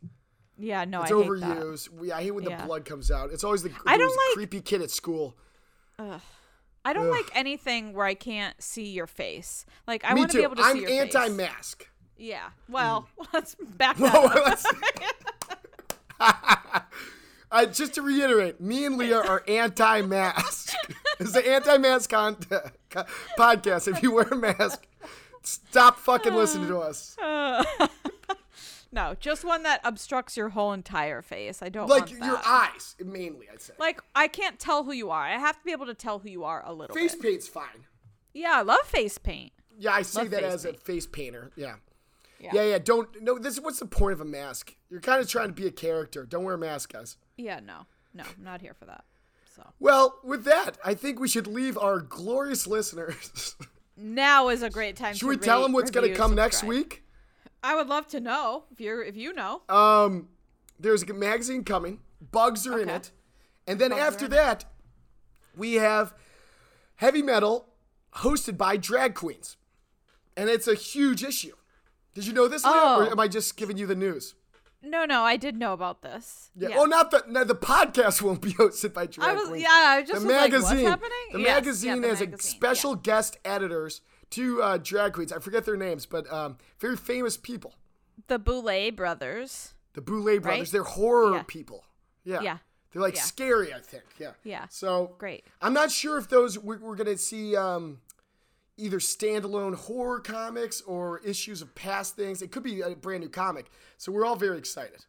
S2: Yeah, no,
S1: It's
S2: Oh, I hate that.
S1: overused. We, I hate when the
S2: Yeah.
S1: blood comes out. It's always the
S2: I
S1: there was
S2: don't
S1: a
S2: like-
S1: creepy kid at school.
S2: I don't like anything where I can't see your face. Like I
S1: me
S2: want to
S1: too.
S2: be able to
S1: I'm
S2: see your face.
S1: anti-mask.
S2: Yeah. Well, let's back that
S1: Whoa,
S2: up.
S1: let's- Uh, just to reiterate, me and Leah are anti-mask. it's the anti-mask con- co- podcast. If you wear a mask, stop fucking listening to us.
S2: No, just one that obstructs your whole entire face. I don't
S1: Like
S2: want that.
S1: your eyes, mainly. I'd say
S2: like I can't tell who you are. I have to be able to tell who you are a little
S1: face
S2: bit.
S1: paint's fine.
S2: Yeah, I love face paint.
S1: Yeah, I see
S2: Love
S1: that
S2: face
S1: as a
S2: paint.
S1: face painter. Yeah.
S2: Yeah.
S1: yeah, yeah, Don't no. This is what's the point of a mask? You're kind of trying to be a character. Don't wear a mask, guys.
S2: Yeah, no. No, I'm not here for that. So
S1: Well, with that, I think we should leave our glorious listeners.
S2: now is a great time
S1: should
S2: to
S1: we tell
S2: rate,
S1: them what's going to
S2: review,
S1: come next
S2: subscribe.
S1: week?
S2: I would love to know if you're if you know.
S1: Um, there's a magazine coming. Bugs are in
S2: Okay.
S1: it, and then
S2: are
S1: after
S2: in it.
S1: that, we have heavy metal hosted by drag queens, and it's a huge issue. Did you know this, Leah,
S2: Oh.
S1: or am I just giving you the news?
S2: no, no, I did know about this.
S1: Yeah. Oh, not the no, the podcast won't be hosted by drag
S2: I was-
S1: queens.
S2: yeah, I just
S1: the
S2: was like, what's
S1: magazine.
S2: happening?
S1: The
S2: Yes, yeah,
S1: magazine
S2: the
S1: has a
S2: magazine,
S1: special guest editors, two uh, drag queens. I forget their names, but um, very famous people.
S2: The Boulet brothers.
S1: The Boulet brothers. They're horror
S2: Yeah.
S1: people. Yeah.
S2: Yeah.
S1: They're like
S2: Yeah.
S1: scary, I think. Yeah.
S2: Yeah.
S1: So
S2: Great.
S1: I'm not sure if those we, we're gonna see um, either standalone horror comics or issues of past things. It could be a brand new comic. So we're all very excited.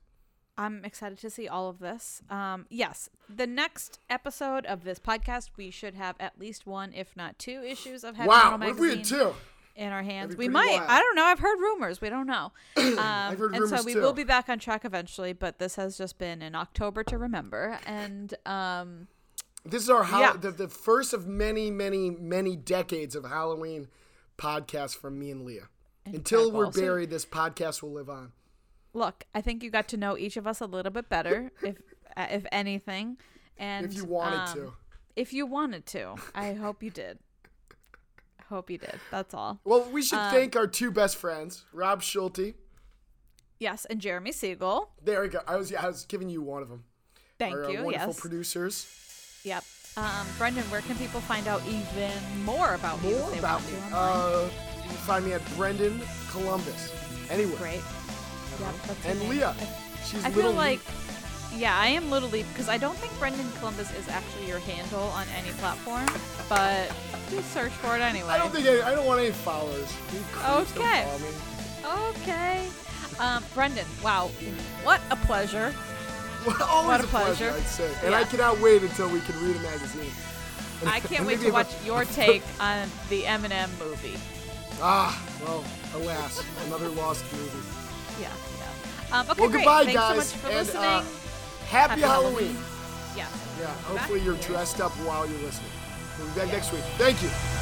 S2: I'm excited to see all of this. Um, yes, the next episode of this podcast, we should have at least one, if not two, issues of Heavy
S1: wow.
S2: Metal
S1: What if we
S2: Magazine
S1: had two?
S2: in our hands.
S1: That'd be
S2: We might.
S1: pretty
S2: I
S1: wild.
S2: don't know. I've heard rumors. We don't know. Um, I've
S1: heard
S2: and so
S1: rumors
S2: we
S1: too.
S2: will be back on track eventually. But this has just been an October to remember, and um,
S1: This is our hol-
S2: Yeah.
S1: the, the first of many, many, many decades of Halloween podcasts from me and Leah. Until we're
S2: Well, so-
S1: buried, this podcast will live on.
S2: look, I think you got to know each of us a little bit better, if uh, if anything, and
S1: If you wanted
S2: um,
S1: to.
S2: if you wanted to, I hope you did. I hope you did. That's all.
S1: Well, we
S2: um,
S1: should thank our two best friends, Rob Schulte.
S2: Yes, and Jeremy Siegel.
S1: There we go. I was I was giving you one of them.
S2: Thank
S1: our uh,
S2: you.
S1: wonderful
S2: Yes.
S1: producers.
S2: yep. Um, Brendan, where can people find out even more about you? if
S1: More
S2: they
S1: about
S2: want
S1: me.
S2: to online?
S1: Uh, you can find me at Brendan Columbus. Anyway,
S2: Great. Yep, that's
S1: and
S2: amazing.
S1: Leah,
S2: I-
S1: she's
S2: I feel
S1: little.
S2: like, yeah, I am Little Leap because I don't think Brendan Columbus is actually your handle on any platform, but please search for it anyway.
S1: I don't think I, I don't want any followers. You creeps don't
S2: Okay.
S1: follow me.
S2: okay. Um, Brendan, wow, what a pleasure.
S1: Well, always
S2: What a
S1: a pleasure.
S2: pleasure.
S1: I'd say. And I
S2: Yeah.
S1: cannot wait until we can read a magazine.
S2: I can't wait
S1: Maybe
S2: to
S1: if I-
S2: watch your take on the Eminem movie.
S1: Ah, well, alas, another lost movie.
S2: Yeah, yeah. Um, okay,
S1: Well,
S2: great.
S1: goodbye,
S2: Thanks
S1: guys,
S2: so much for
S1: and,
S2: listening.
S1: uh, Happy, Halloween.
S2: Yeah.
S1: Yeah, hopefully
S2: Back
S1: you're
S2: here.
S1: dressed up while you're listening. We'll be back next week. Thank you.